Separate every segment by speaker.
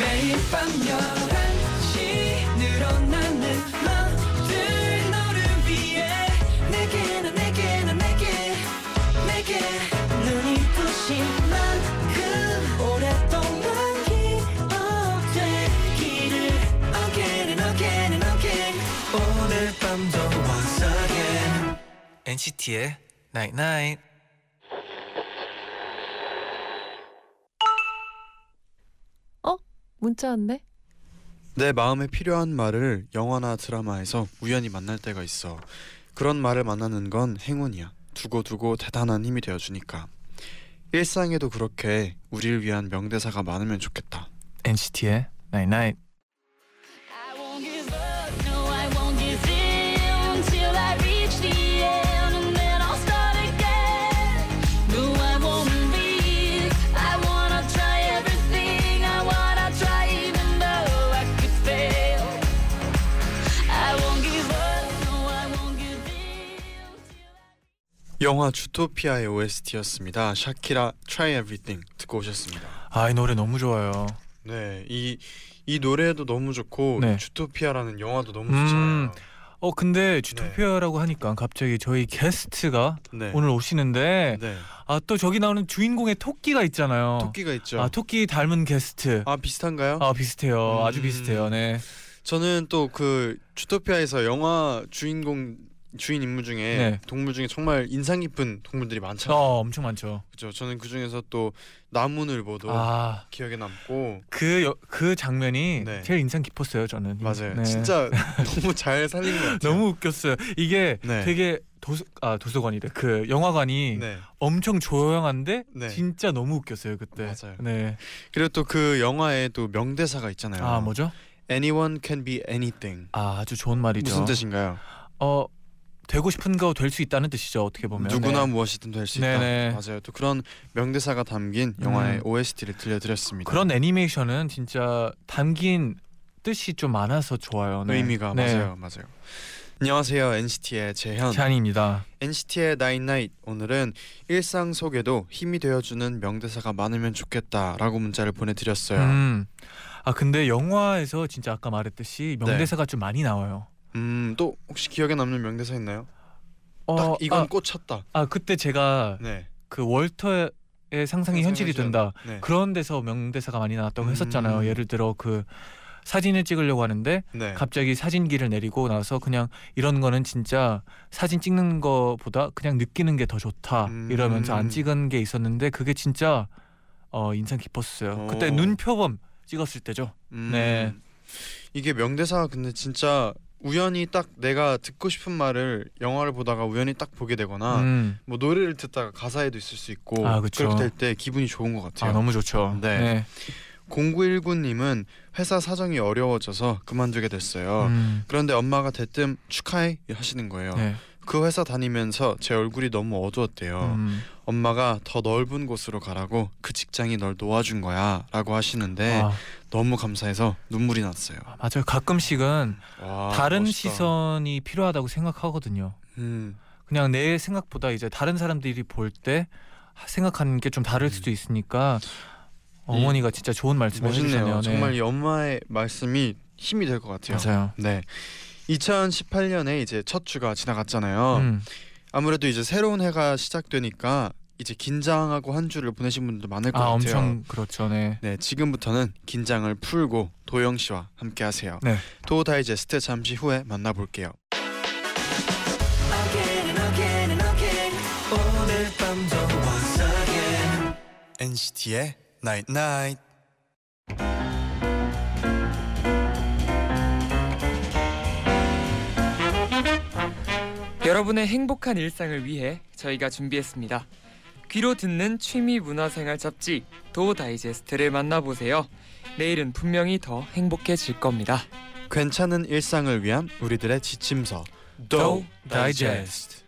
Speaker 1: 매일 밤 11시 늘어나는 맘들 너를 위해 내게 난 내게 난 내게 내게 눈이 부신 만큼 오랫동안 기억되기를 Again and again and again 오늘 밤도 once again
Speaker 2: NCT의 Night Night.
Speaker 3: 문자 왔네.
Speaker 4: 내 마음에 필요한 말을 영화나 드라마에서 우연히 만날 때가 있어. 그런 말을 만나는 건 행운이야. 두고두고 대단한 힘이 되어주니까. 일상에도 그렇게 우리를 위한 명대사가 많으면 좋겠다.
Speaker 2: NCT의 Night Night.
Speaker 5: I won't give up, no, I won't give in till I reach the end, and then I'll start again. No, I won't leave. I wanna try everything. I wanna try even though I could fail. I won't give up, no, I won't give in.
Speaker 4: 영화 주토피아의 OST였습니다. 샤키라 Try Everything 듣고 오셨습니다.
Speaker 2: 아, 이 노래 너무 좋아요.
Speaker 4: 네, 이, 이 노래도 너무 좋고
Speaker 2: 네.
Speaker 4: 주토피아라는 영화도 너무
Speaker 2: 음.
Speaker 4: 좋잖아요.
Speaker 2: 어, 근데 주토피아라고 하니까 갑자기 저희 게스트가
Speaker 4: 네.
Speaker 2: 오늘 오시는데
Speaker 4: 네.
Speaker 2: 아, 또 저기 나오는 주인공의 토끼가 있잖아요.
Speaker 4: 토끼가 있죠.
Speaker 2: 아,
Speaker 4: 아,
Speaker 2: 토끼 닮은 게스트.
Speaker 4: 비슷한가요?
Speaker 2: 아, 비슷해요. 아주
Speaker 4: 음.
Speaker 2: 비슷해요. 네.
Speaker 4: 저는 또 그 주토피아에서 영화 주인공 주인 인물 중에
Speaker 2: 네.
Speaker 4: 동물 중에 정말 인상 깊은 동물들이 많잖아요.
Speaker 2: 어, 엄청 많죠.
Speaker 4: 그죠? 저는 그 중에서 또 나무늘보도
Speaker 2: 아,
Speaker 4: 기억에 남고
Speaker 2: 그, 여, 그 장면이
Speaker 4: 네.
Speaker 2: 제일 인상 깊었어요 저는
Speaker 4: 맞아요.
Speaker 2: 네.
Speaker 4: 진짜 너무 잘 살린 것 같아요.
Speaker 2: 너무 웃겼어요 이게
Speaker 4: 네.
Speaker 2: 되게 도서 아 도서관이래 그 영화관이
Speaker 4: 네.
Speaker 2: 엄청 조용한데
Speaker 4: 네.
Speaker 2: 진짜 너무 웃겼어요 그때
Speaker 4: 맞아요.
Speaker 2: 네.
Speaker 4: 그리고 또 그 영화에 또 명대사가 있잖아요.
Speaker 2: 아 뭐죠
Speaker 4: Anyone can be anything.
Speaker 2: 아 아주 좋은 말이죠
Speaker 4: 무슨 뜻인가요?
Speaker 2: 어 되고 싶은 거 될 수 있다는 뜻이죠 어떻게 보면
Speaker 4: 누구나 뭐
Speaker 2: 네.
Speaker 4: 무엇이든 될 수 있다.
Speaker 2: 네네. 음.
Speaker 4: 맞아요. 또 그런 명대사가 담긴 영화의 OST를 들려드렸습니다.
Speaker 2: 그런 애니메이션은 진짜 담긴 뜻이 좀 많아서 좋아요 네.
Speaker 4: 의미가
Speaker 2: 네.
Speaker 4: 맞아요, 맞아요. 안녕하세요, NCT의 재현.
Speaker 2: 찬입니다
Speaker 4: NCT의 나인나잇 오늘은 일상 속에도 힘이 되어주는 명대사가 많으면 좋겠다라고 문자를 보내드렸어요. 음,
Speaker 2: 음. 아 근데 영화에서 진짜 아까 말했듯이 명대사가
Speaker 4: 네.
Speaker 2: 좀 많이 나와요
Speaker 4: 음, 또 혹시 기억에 남는 명대사 있나요?
Speaker 2: 어,
Speaker 4: 딱 이건
Speaker 2: 아,
Speaker 4: 꽂혔다.
Speaker 2: 아 그때 제가
Speaker 4: 네.
Speaker 2: 그 월터의 상상이 현실이 된다
Speaker 4: 네.
Speaker 2: 그런 데서 명대사가 많이 나왔다고
Speaker 4: 음.
Speaker 2: 했었잖아요 예를 들어 그 사진을 찍으려고 하는데
Speaker 4: 네.
Speaker 2: 갑자기 사진기를 내리고 나서 그냥 이런 거는 진짜 사진 찍는 거보다 그냥 느끼는 게 더 좋다
Speaker 4: 음.
Speaker 2: 이러면서 안 찍은 게 있었는데 그게 진짜 어 인상 깊었어요
Speaker 4: 오.
Speaker 2: 그때 눈 표범 찍었을 때죠
Speaker 4: 음,
Speaker 2: 네.
Speaker 4: 이게 명대사가 근데 진짜 우연히 딱 내가 듣고 싶은 말을 영화를 보다가 우연히 딱 보게 되거나
Speaker 2: 음.
Speaker 4: 뭐 노래를 듣다가 가사에도 있을 수 있고
Speaker 2: 아, 그쵸.
Speaker 4: 그렇게 될 때 기분이 좋은 것 같아요.
Speaker 2: 아 너무 좋죠
Speaker 4: 네. 0919님은 회사 사정이 어려워져서 그만두게 됐어요.
Speaker 2: 음.
Speaker 4: 그런데 엄마가 대뜸 축하해 하시는 거예요.
Speaker 2: 네.
Speaker 4: 그 회사 다니면서 제 얼굴이 너무 어두웠대요.
Speaker 2: 음.
Speaker 4: 엄마가 더 넓은 곳으로 가라고 그 직장이 널 놓아준 거야라고 하시는데
Speaker 2: 아,
Speaker 4: 너무 감사해서 눈물이 났어요.
Speaker 2: 맞아요 가끔씩은
Speaker 4: 와,
Speaker 2: 다른
Speaker 4: 아, 멋있다.
Speaker 2: 시선이 필요하다고 생각하거든요
Speaker 4: 음,
Speaker 2: 그냥 내 생각보다 이제 다른 사람들이 볼 때 생각하는 게 좀
Speaker 4: 음.
Speaker 2: 다를 수도 있으니까 어머니가 진짜 좋은 말씀을
Speaker 4: 멋있네요.
Speaker 2: 해주셨네요.
Speaker 4: 정말 이 엄마의 말씀이 힘이 될 것 같아요.
Speaker 2: 맞아요.
Speaker 4: 네. 2018년에 이제 첫 주가
Speaker 6: 어,
Speaker 4: 지나갔잖아요.
Speaker 2: 음,
Speaker 4: 아무래도 이제 새로운 해가 시작되니까 이제 긴장하고 한 주를 보내신 분들도 많을 것
Speaker 2: 아
Speaker 4: 같아요.
Speaker 2: 엄청 그렇죠. 네.
Speaker 4: 네, 지금부터는 긴장을 풀고 도영 씨와 함께 하세요.
Speaker 2: 네.
Speaker 4: 도 다이제스트 잠시 후에 만나볼게요.
Speaker 1: Again and again and again 오늘 밤도 once again
Speaker 4: NCT의 Night Night.
Speaker 6: 여러분의 행복한 일상을 위해 저희가 준비했습니다. 귀로 듣는 취미 문화생활 잡지 도 다이제스트를 만나보세요. 내일은 분명히 더 행복해질 겁니다.
Speaker 4: 괜찮은 일상을 위한 우리들의 지침서.
Speaker 2: 도 다이제스트.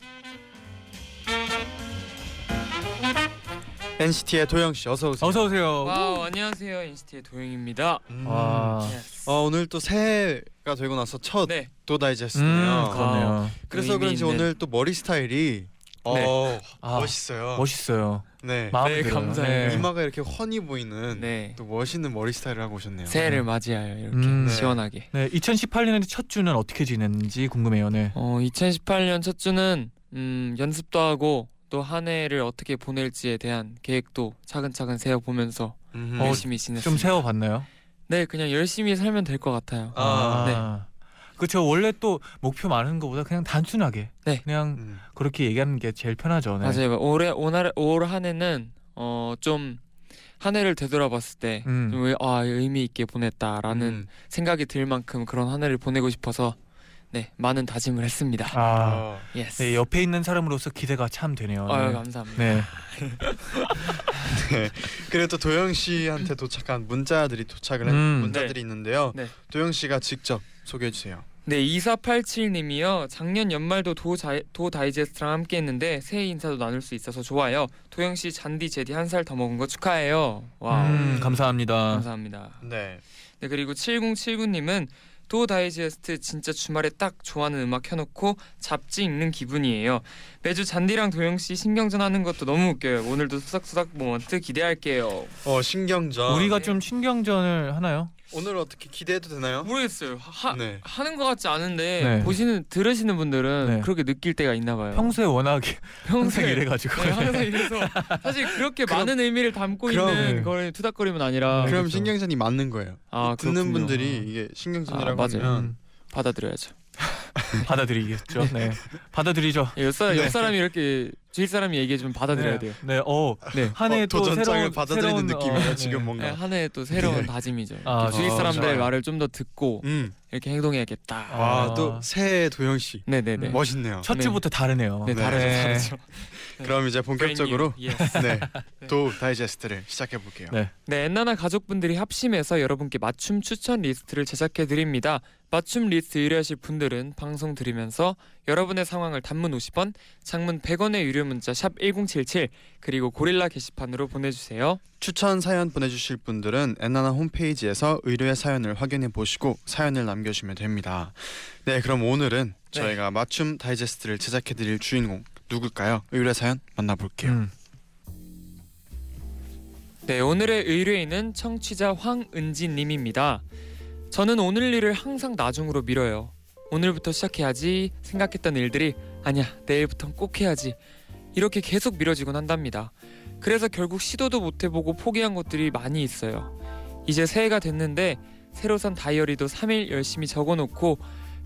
Speaker 4: NCT의 도영 씨 어서 오세요.
Speaker 2: 어서 오세요.
Speaker 6: 와우 안녕하세요 NCT의 도영입니다.
Speaker 4: 음.
Speaker 2: 와.
Speaker 6: Yes.
Speaker 4: 어, 오늘 또 새해가 되고 나서 첫
Speaker 6: 네
Speaker 4: 도
Speaker 2: 음,
Speaker 6: 아,
Speaker 4: 다이제스트네요. 아,
Speaker 2: 그렇네요.
Speaker 4: 그래서 그런지
Speaker 6: 의미 있는-
Speaker 4: 오늘 또 머리 스타일이
Speaker 6: 네.
Speaker 4: 어,
Speaker 2: 아,
Speaker 4: 멋있어요.
Speaker 2: 멋있어요.
Speaker 4: 네.
Speaker 2: 마음에
Speaker 6: 네,
Speaker 2: 들어요.
Speaker 6: 감사해요.
Speaker 2: 네.
Speaker 4: 이마가 이렇게 훤히 보이는
Speaker 6: 네.
Speaker 4: 또 멋있는 머리 스타일을 하고 오셨네요.
Speaker 6: 새해를 맞이하여 이렇게
Speaker 2: 음.
Speaker 4: 네.
Speaker 6: 시원하게.
Speaker 2: 네, 2018년의 첫 주는 어떻게 지냈는지 궁금해요. 네.
Speaker 6: 어, 2018년 첫 주는 음, 연습도 하고 또 한 해를 어떻게 보낼지에 대한 계획도 차근차근 세워보면서
Speaker 4: 음.
Speaker 2: 어,
Speaker 6: 열심히 지냈습니다.
Speaker 2: 좀 세워봤나요?
Speaker 6: 네, 그냥 열심히 살면 될 것 같아요. 네.
Speaker 4: 아,
Speaker 2: 네. 그렇죠. 원래 또 목표 많은 것보다 그냥 단순하게
Speaker 6: 네.
Speaker 2: 그냥
Speaker 4: 음.
Speaker 2: 그렇게 얘기하는 게 제일 편하죠. 네.
Speaker 6: 맞아요. 올해 오늘 올한 해는 어, 좀 한 해를 되돌아봤을 때
Speaker 2: 음.
Speaker 6: 좀, 의- 아, 의미 있게 보냈다라는
Speaker 4: 음.
Speaker 6: 생각이 들 만큼 그런 한 해를 보내고 싶어서 네 많은 다짐을 했습니다.
Speaker 2: 아,
Speaker 4: 아.
Speaker 6: 예스.
Speaker 2: 네, 옆에 있는 사람으로서 기대가 참 되네요.
Speaker 6: 아유
Speaker 2: 네.
Speaker 6: 감사합니다.
Speaker 2: 네.
Speaker 4: 그래도 도영 씨한테 도착한 문자들이 도착을 한
Speaker 2: 음.
Speaker 4: 문자들이 있는데요.
Speaker 6: 네.
Speaker 4: 도영 씨가 직접 소개해 주세요.
Speaker 6: 네 2487님이요. 작년 연말도 도자, 도 다이제스트랑 함께했는데 새해 인사도 나눌 수 있어서 좋아요. 도영 씨 잔디 제디 한 살 더 먹은 거 축하해요. 와
Speaker 2: 음, 감사합니다.
Speaker 6: 감사합니다.
Speaker 4: 네.
Speaker 6: 네 그리고 7079님은 도 다이제스트 진짜 주말에 딱 좋아하는 음악 켜놓고 잡지 읽는 기분이에요. 매주 잔디랑 도영 씨 신경전 하는 것도 너무 웃겨요. 오늘도 수삭수삭 모먼트 기대할게요.
Speaker 4: 어 신경전.
Speaker 2: 우리가
Speaker 6: 네.
Speaker 2: 좀 신경전을 하나요?
Speaker 4: 오늘 어떻게 기대해도 되나요?
Speaker 6: 모르겠어요. 하,
Speaker 4: 네.
Speaker 6: 하는 것 같지 않은데
Speaker 2: 네.
Speaker 6: 보시는 들으시는 분들은
Speaker 2: 네.
Speaker 6: 그렇게 느낄 때가 있나 봐요.
Speaker 2: 평소에 워낙 항상 이래가지고.
Speaker 6: 네, 항상 이래서 사실 그렇게
Speaker 4: 그럼-
Speaker 6: 많은 의미를 담고
Speaker 4: 그럼-
Speaker 2: 네.
Speaker 6: 있는 거를 투닥거림은 아니라
Speaker 4: 그럼
Speaker 2: 그렇죠.
Speaker 4: 신경전이 맞는 거예요.
Speaker 6: 아,
Speaker 4: 듣는
Speaker 6: 그렇군요.
Speaker 4: 분들이 이게
Speaker 6: 아,
Speaker 4: 신경전이라고
Speaker 6: 맞아요.
Speaker 2: 음.
Speaker 4: 하면
Speaker 6: 받아들여야죠.
Speaker 2: 네. 받아들이겠죠. 네. 받아들이죠.
Speaker 6: 옆 사람 옆 사람이 이렇게 주위 사람이 얘기해 주면 받아들여야
Speaker 2: 네.
Speaker 6: 돼요.
Speaker 2: 네. 어.
Speaker 6: 네.
Speaker 2: 한 해에
Speaker 4: 어,
Speaker 2: 또
Speaker 4: 도전장을
Speaker 2: 새로운 어,
Speaker 4: 받아들이는 느낌이에요. 지금 뭔가.
Speaker 6: 네, 한 해에 또 새로운 다짐이죠. 이렇게
Speaker 2: 아,
Speaker 6: 주위
Speaker 2: 아,
Speaker 6: 사람들
Speaker 2: 좋아요.
Speaker 6: 말을 좀 더 듣고
Speaker 4: 음.
Speaker 6: 이렇게 행동해야겠다.
Speaker 2: 아.
Speaker 4: 아또 새해 도영 씨
Speaker 6: 네네네.
Speaker 2: 네.
Speaker 4: 멋있네요.
Speaker 2: 첫
Speaker 6: 네.
Speaker 2: 주부터 다르네요.
Speaker 6: 네, 다르죠,
Speaker 2: 네.
Speaker 6: 다르죠.
Speaker 4: 그럼 이제 본격적으로
Speaker 6: Brand new. Yes.
Speaker 4: 네. 도 다이제스트를 시작해 볼게요.
Speaker 2: 네.
Speaker 6: 네, 엔나나 가족분들이 합심해서 여러분께 맞춤 추천 리스트를 제작해 드립니다. 맞춤 리스트 의뢰하실 분들은 방송 들으면서 여러분의 상황을 단문 50원, 장문 100원의 유료 문자 샵 #1077 그리고 고릴라 게시판으로 보내주세요.
Speaker 4: 추천 사연 보내주실 분들은 엔나나 홈페이지에서 의뢰의 사연을 확인해 보시고 사연을 남겨주시면 됩니다. 네, 그럼 오늘은
Speaker 6: 네.
Speaker 4: 저희가 맞춤 다이제스트를 제작해 드릴 주인공 누굴까요? 의뢰 사연 만나볼게요.
Speaker 2: 음.
Speaker 6: 네, 오늘의 의뢰인은 청취자 황은지님입니다. 저는 오늘 일을 항상 나중으로 미뤄요. 오늘부터 시작해야지 생각했던 일들이 아니야 내일부터 꼭 해야지 이렇게 계속 미뤄지곤 한답니다. 그래서 결국 시도도 못 해보고 포기한 것들이 많이 있어요. 이제 새해가 됐는데 새로 산 다이어리도 3일 열심히 적어놓고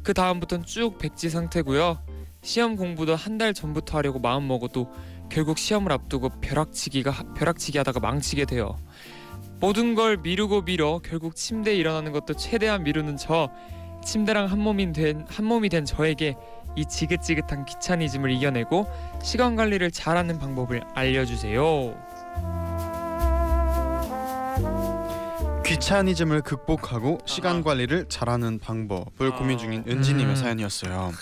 Speaker 6: 그 다음부터는 쭉 백지 상태고요. 시험 공부도 한 달 전부터 하려고 마음 먹어도 결국 시험을 앞두고 벼락치기가 벼락치기 하다가 망치게 돼요. 모든 걸 미루고 미뤄 결국 침대에 일어나는 것도 최대한 미루는 저 침대랑 한 몸이 된한 몸이 된 저에게 이 지긋지긋한 귀차니즘을 이겨내고 시간 관리를 잘하는 방법을 알려주세요.
Speaker 4: 귀차니즘을 극복하고 시간
Speaker 6: 아하.
Speaker 4: 관리를 잘하는 방법을
Speaker 6: 아.
Speaker 4: 고민 중인 은지님의
Speaker 2: 음.
Speaker 4: 사연이었어요.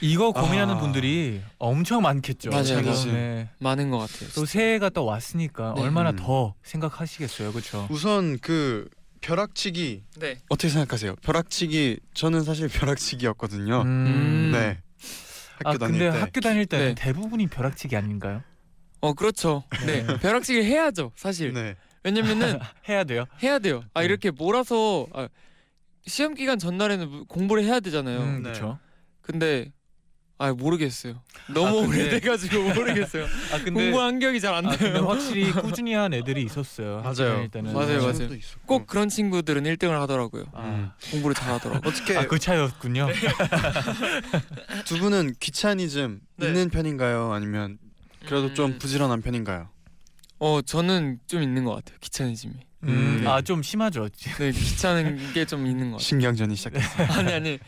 Speaker 2: 이거 고민하는
Speaker 4: 아.
Speaker 2: 분들이 엄청 많겠죠.
Speaker 6: 맞아요,
Speaker 2: 지금.
Speaker 4: 맞아요.
Speaker 2: 네.
Speaker 6: 많은 것 같아요.
Speaker 2: 또 새해가 또 왔으니까
Speaker 6: 네.
Speaker 2: 얼마나
Speaker 4: 음.
Speaker 2: 더 생각하시겠어요, 그렇죠?
Speaker 4: 우선 그 벼락치기
Speaker 6: 네.
Speaker 4: 어떻게 생각하세요? 벼락치기 저는 사실 벼락치기였거든요.
Speaker 6: 음.
Speaker 4: 네. 학교
Speaker 2: 아
Speaker 4: 다닐
Speaker 2: 근데
Speaker 4: 때.
Speaker 2: 학교 다닐 때
Speaker 6: 네.
Speaker 2: 대부분이 벼락치기 아닌가요?
Speaker 6: 어 그렇죠. 네. 벼락치기 해야죠. 사실.
Speaker 4: 네.
Speaker 6: 왜냐면은
Speaker 2: 해야 돼요.
Speaker 6: 해야 돼요. 아
Speaker 2: 네.
Speaker 6: 이렇게 몰아서 아, 시험 기간 전날에는 무- 공부를 해야 되잖아요.
Speaker 2: 음,
Speaker 4: 네.
Speaker 2: 그렇죠.
Speaker 6: 근데 아 모르겠어요. 너무
Speaker 2: 아, 근데-
Speaker 6: 오래돼가지고 모르겠어요.
Speaker 2: 아 근데
Speaker 6: 공부 환경이 잘 안
Speaker 2: 아, 근데
Speaker 6: 돼요.
Speaker 2: 확실히 꾸준히 한 애들이 있었어요. 학교
Speaker 4: 맞아요.
Speaker 2: 다닐 때는.
Speaker 6: 맞아요, 맞아요.
Speaker 4: 시험도 있었고.
Speaker 6: 꼭 그런 친구들은 1등을 하더라고요.
Speaker 2: 어. 아,
Speaker 6: 공부를 잘하더라고.
Speaker 4: 어떻게
Speaker 2: 아, 그 차였군요.
Speaker 4: 두 분은 귀차니즘
Speaker 6: 네.
Speaker 4: 있는 편인가요? 아니면 그래도 좀 부지런한 편인가요?
Speaker 6: 어 저는 좀 있는 것 같아요. 귀차니즘이.
Speaker 2: 음,
Speaker 4: 네.
Speaker 2: 아좀 심하죠.
Speaker 6: 네 귀찮은 게 좀 있는 것
Speaker 4: 신경전이 시작했어요.
Speaker 6: 같아요. 아니 아니.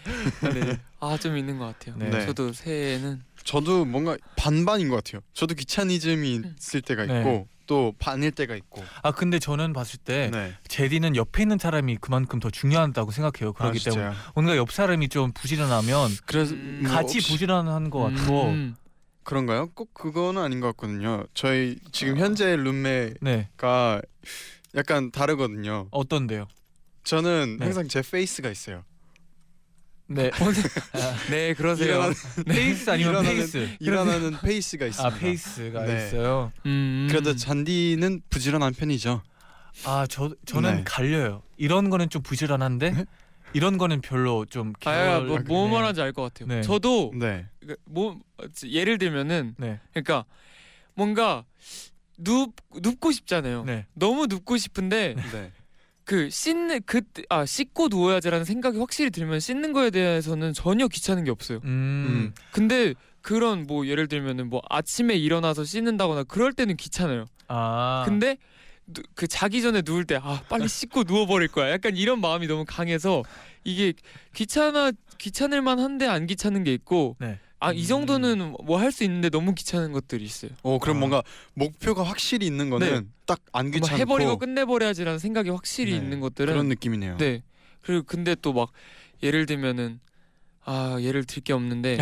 Speaker 6: 네. 아좀 있는 것 같아요.
Speaker 2: 네.
Speaker 4: 네.
Speaker 6: 저도 새해에는
Speaker 4: 저도 뭔가 반반인 것 같아요. 저도 귀차니즘이 있을 때가 있고
Speaker 2: 네.
Speaker 4: 또 반일 때가 있고.
Speaker 2: 아 근데 저는 봤을 때
Speaker 4: 네.
Speaker 2: 제디는 옆에 있는 사람이 그만큼 더 중요하다고 생각해요.
Speaker 4: 아,
Speaker 2: 그렇기 때문에
Speaker 4: 진짜요?
Speaker 2: 뭔가 옆 사람이 좀 부지런하면
Speaker 4: 그래서
Speaker 6: 음,
Speaker 4: 뭐
Speaker 2: 같이
Speaker 4: 혹시
Speaker 2: 부지런한 것 같고
Speaker 6: 음,
Speaker 4: 그런가요? 꼭 그거는 아닌 것 같거든요. 저희 지금
Speaker 2: 아.
Speaker 4: 현재 룸메가
Speaker 2: 네
Speaker 4: 약간 다르거든요.
Speaker 2: 어떤데요?
Speaker 4: 저는
Speaker 2: 네.
Speaker 4: 항상 제 페이스가 있어요.
Speaker 2: 네. 네 그러세요.
Speaker 4: 일어나는-
Speaker 2: 페이스 아니면
Speaker 4: 일어나는-
Speaker 2: 페이스.
Speaker 4: 일어나는 페이스가 있습니다.
Speaker 2: 아 페이스가
Speaker 4: 네.
Speaker 2: 있어요.
Speaker 6: 음.
Speaker 4: 그래도 잔디는 부지런한 편이죠.
Speaker 2: 아 저 저는
Speaker 4: 네.
Speaker 2: 갈려요. 이런 거는 좀 부지런한데 이런 거는 별로 좀.
Speaker 6: 아야
Speaker 2: 게을러-
Speaker 6: 뭐뭐
Speaker 2: 네.
Speaker 6: 말하는지 알 것 같아요.
Speaker 2: 네.
Speaker 6: 저도
Speaker 4: 네.
Speaker 6: 그, 뭐 어, 예를 들면은
Speaker 2: 네.
Speaker 6: 그러니까 뭔가 눕 눕고 싶잖아요.
Speaker 2: 네.
Speaker 6: 너무 눕고 싶은데
Speaker 4: 네.
Speaker 6: 그 씻는 그아 씻고 누워야지라는 생각이 확실히 들면 씻는 거에 대해서는 전혀 귀찮은 게 없어요.
Speaker 2: 음.
Speaker 6: 근데 그런 뭐 예를 들면은 뭐 아침에 일어나서 씻는다거나 그럴 때는 귀찮아요.
Speaker 2: 아.
Speaker 6: 근데 누- 그 자기 전에 누울 때 아 빨리 씻고 누워버릴 거야. 약간 이런 마음이 너무 강해서 이게 귀찮아 귀찮을 만한데 안 귀찮은 게 있고
Speaker 2: 네.
Speaker 6: 아 이
Speaker 4: 음.
Speaker 6: 정도는 뭐 할 수 있는데 너무 귀찮은 것들이 있어요.
Speaker 4: 오 그럼
Speaker 2: 아.
Speaker 4: 뭔가 목표가 확실히 있는 거는 딱 안
Speaker 6: 뭔가
Speaker 4: 귀찮고
Speaker 6: 뭐 해버리고 끝내버려야지라는 생각이 확실히
Speaker 4: 네,
Speaker 6: 있는 것들은
Speaker 4: 그런
Speaker 2: 어.
Speaker 4: 느낌이네요.
Speaker 6: 네. 그리고 근데 또 막 예를 들면은 아 예를 들 게 없는데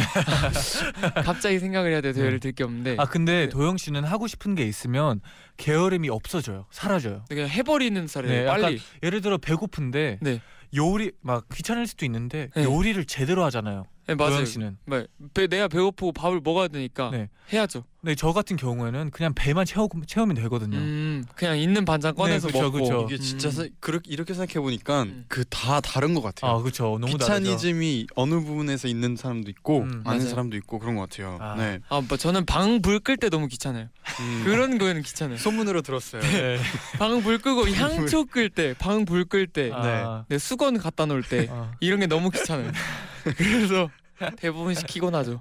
Speaker 6: 갑자기 생각을 해야 돼서
Speaker 2: 네.
Speaker 6: 예를 들 게 없는데
Speaker 2: 아 근데
Speaker 6: 네.
Speaker 2: 도영 씨는 하고 싶은 게 있으면 게으름이 없어져요. 사라져요.
Speaker 6: 그냥 해버리는 사례
Speaker 2: 네,
Speaker 6: 요
Speaker 2: 약간
Speaker 6: 빨리
Speaker 2: 예를 들어 배고픈데
Speaker 6: 네.
Speaker 2: 요리 막 귀찮을 수도 있는데
Speaker 6: 네.
Speaker 2: 요리를 제대로 하잖아요.
Speaker 6: 네,
Speaker 2: 도영
Speaker 6: 맞아요.
Speaker 2: 씨는.
Speaker 6: 네, 배, 내가 배고프고 밥을 먹어야 되니까
Speaker 2: 네.
Speaker 6: 해야죠.
Speaker 2: 근데 저 같은 경우에는 그냥 배만 채우, 채우면 되거든요.
Speaker 6: 음, 그냥 있는 반찬 꺼내서
Speaker 2: 네, 그쵸,
Speaker 6: 먹고
Speaker 2: 그쵸.
Speaker 4: 이게 진짜
Speaker 6: 음.
Speaker 4: 사, 그렇 이렇게 생각해 보니까
Speaker 6: 음.
Speaker 4: 그 다 다른 것 같아요.
Speaker 2: 아 그렇죠. 너무 다르죠.
Speaker 4: 귀차니즘이 어느 부분에서 있는 사람도 있고
Speaker 2: 음,
Speaker 4: 아닌
Speaker 6: 맞아요.
Speaker 4: 사람도 있고 그런 것 같아요.
Speaker 2: 아.
Speaker 4: 네.
Speaker 6: 아, 뭐 저는 방 불 끌 때 너무 귀찮아요.
Speaker 4: 음.
Speaker 6: 그런 거는 귀찮아요.
Speaker 4: 소문으로 들었어요.
Speaker 2: 네.
Speaker 6: 방 불 끄고 향초 끌 때, 방 불 끌
Speaker 4: 네.
Speaker 6: 때,
Speaker 2: 아,
Speaker 6: 내 수건 갖다 놓을 때
Speaker 2: 아.
Speaker 6: 이런 게 너무 귀찮아요. 그래서 대부분 시키곤 하죠.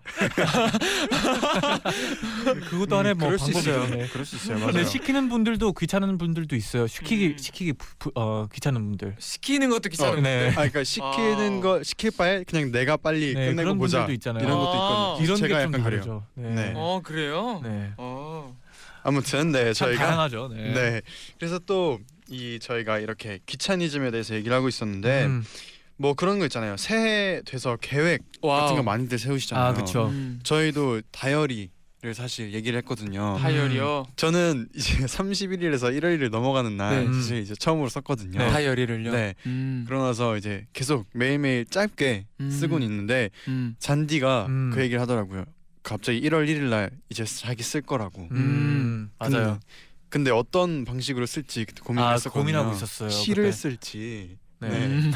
Speaker 2: 그것도 하나의 뭐
Speaker 4: 음, 그럴 수 있어요.
Speaker 2: 방법이죠. 네.
Speaker 4: 그럴 수 있어요.
Speaker 2: 근데
Speaker 4: 맞아요.
Speaker 2: 시키는 분들도 귀찮은 분들도 있어요. 시키기
Speaker 6: 음.
Speaker 2: 시키기 부, 부, 어 귀찮은 분들.
Speaker 6: 시키는 것도
Speaker 2: 어,
Speaker 6: 귀찮아요.
Speaker 2: 네.
Speaker 4: 아 그러니까 시키는
Speaker 6: 아.
Speaker 4: 거 시킬 바에 그냥 내가 빨리
Speaker 2: 네,
Speaker 4: 끝내고
Speaker 2: 그런
Speaker 4: 보자.
Speaker 2: 분들도 있잖아요.
Speaker 4: 이런 것도
Speaker 6: 아.
Speaker 4: 있거든요.
Speaker 2: 이런
Speaker 4: 제가
Speaker 2: 게 좀
Speaker 4: 약간 그래요.
Speaker 2: 다르죠.
Speaker 4: 네.
Speaker 6: 어 그래요?
Speaker 2: 네.
Speaker 6: 어.
Speaker 4: 아무튼 네
Speaker 2: 참
Speaker 4: 저희가
Speaker 2: 다양하죠. 네.
Speaker 4: 네. 그래서 또 이 저희가 이렇게 귀차니즘에 대해서 얘기를 하고 있었는데
Speaker 2: 음.
Speaker 4: 뭐 그런 거 있잖아요. 새해 돼서 계획
Speaker 6: 와.
Speaker 4: 같은 거 많이들 세우시잖아요.
Speaker 2: 아 그렇죠.
Speaker 6: 음.
Speaker 4: 저희도 다이어리를 사실 얘기를 했거든요.
Speaker 6: 다이어리요.
Speaker 2: 음.
Speaker 4: 저는 이제 31일에서 1월일을 넘어가는 날
Speaker 2: 네.
Speaker 4: 사실 이제 처음으로 썼거든요.
Speaker 2: 네.
Speaker 6: 다이어리를요.
Speaker 4: 네.
Speaker 6: 음.
Speaker 4: 그러나서 이제 계속 매일매일 짧게
Speaker 6: 음.
Speaker 4: 쓰곤 있는데
Speaker 6: 음.
Speaker 4: 잔디가
Speaker 2: 음.
Speaker 4: 그 얘기를 하더라고요. 갑자기 1월 1일 날 이제 자기 쓸 거라고.
Speaker 2: 음.
Speaker 4: 근데-
Speaker 2: 맞아요.
Speaker 4: 근데 어떤 방식으로 쓸지 그때
Speaker 2: 아
Speaker 4: 고민했었거든요.
Speaker 2: 고민하고 있었어요.
Speaker 4: 시를
Speaker 2: 그때.
Speaker 4: 쓸지,
Speaker 2: 네.
Speaker 6: 음.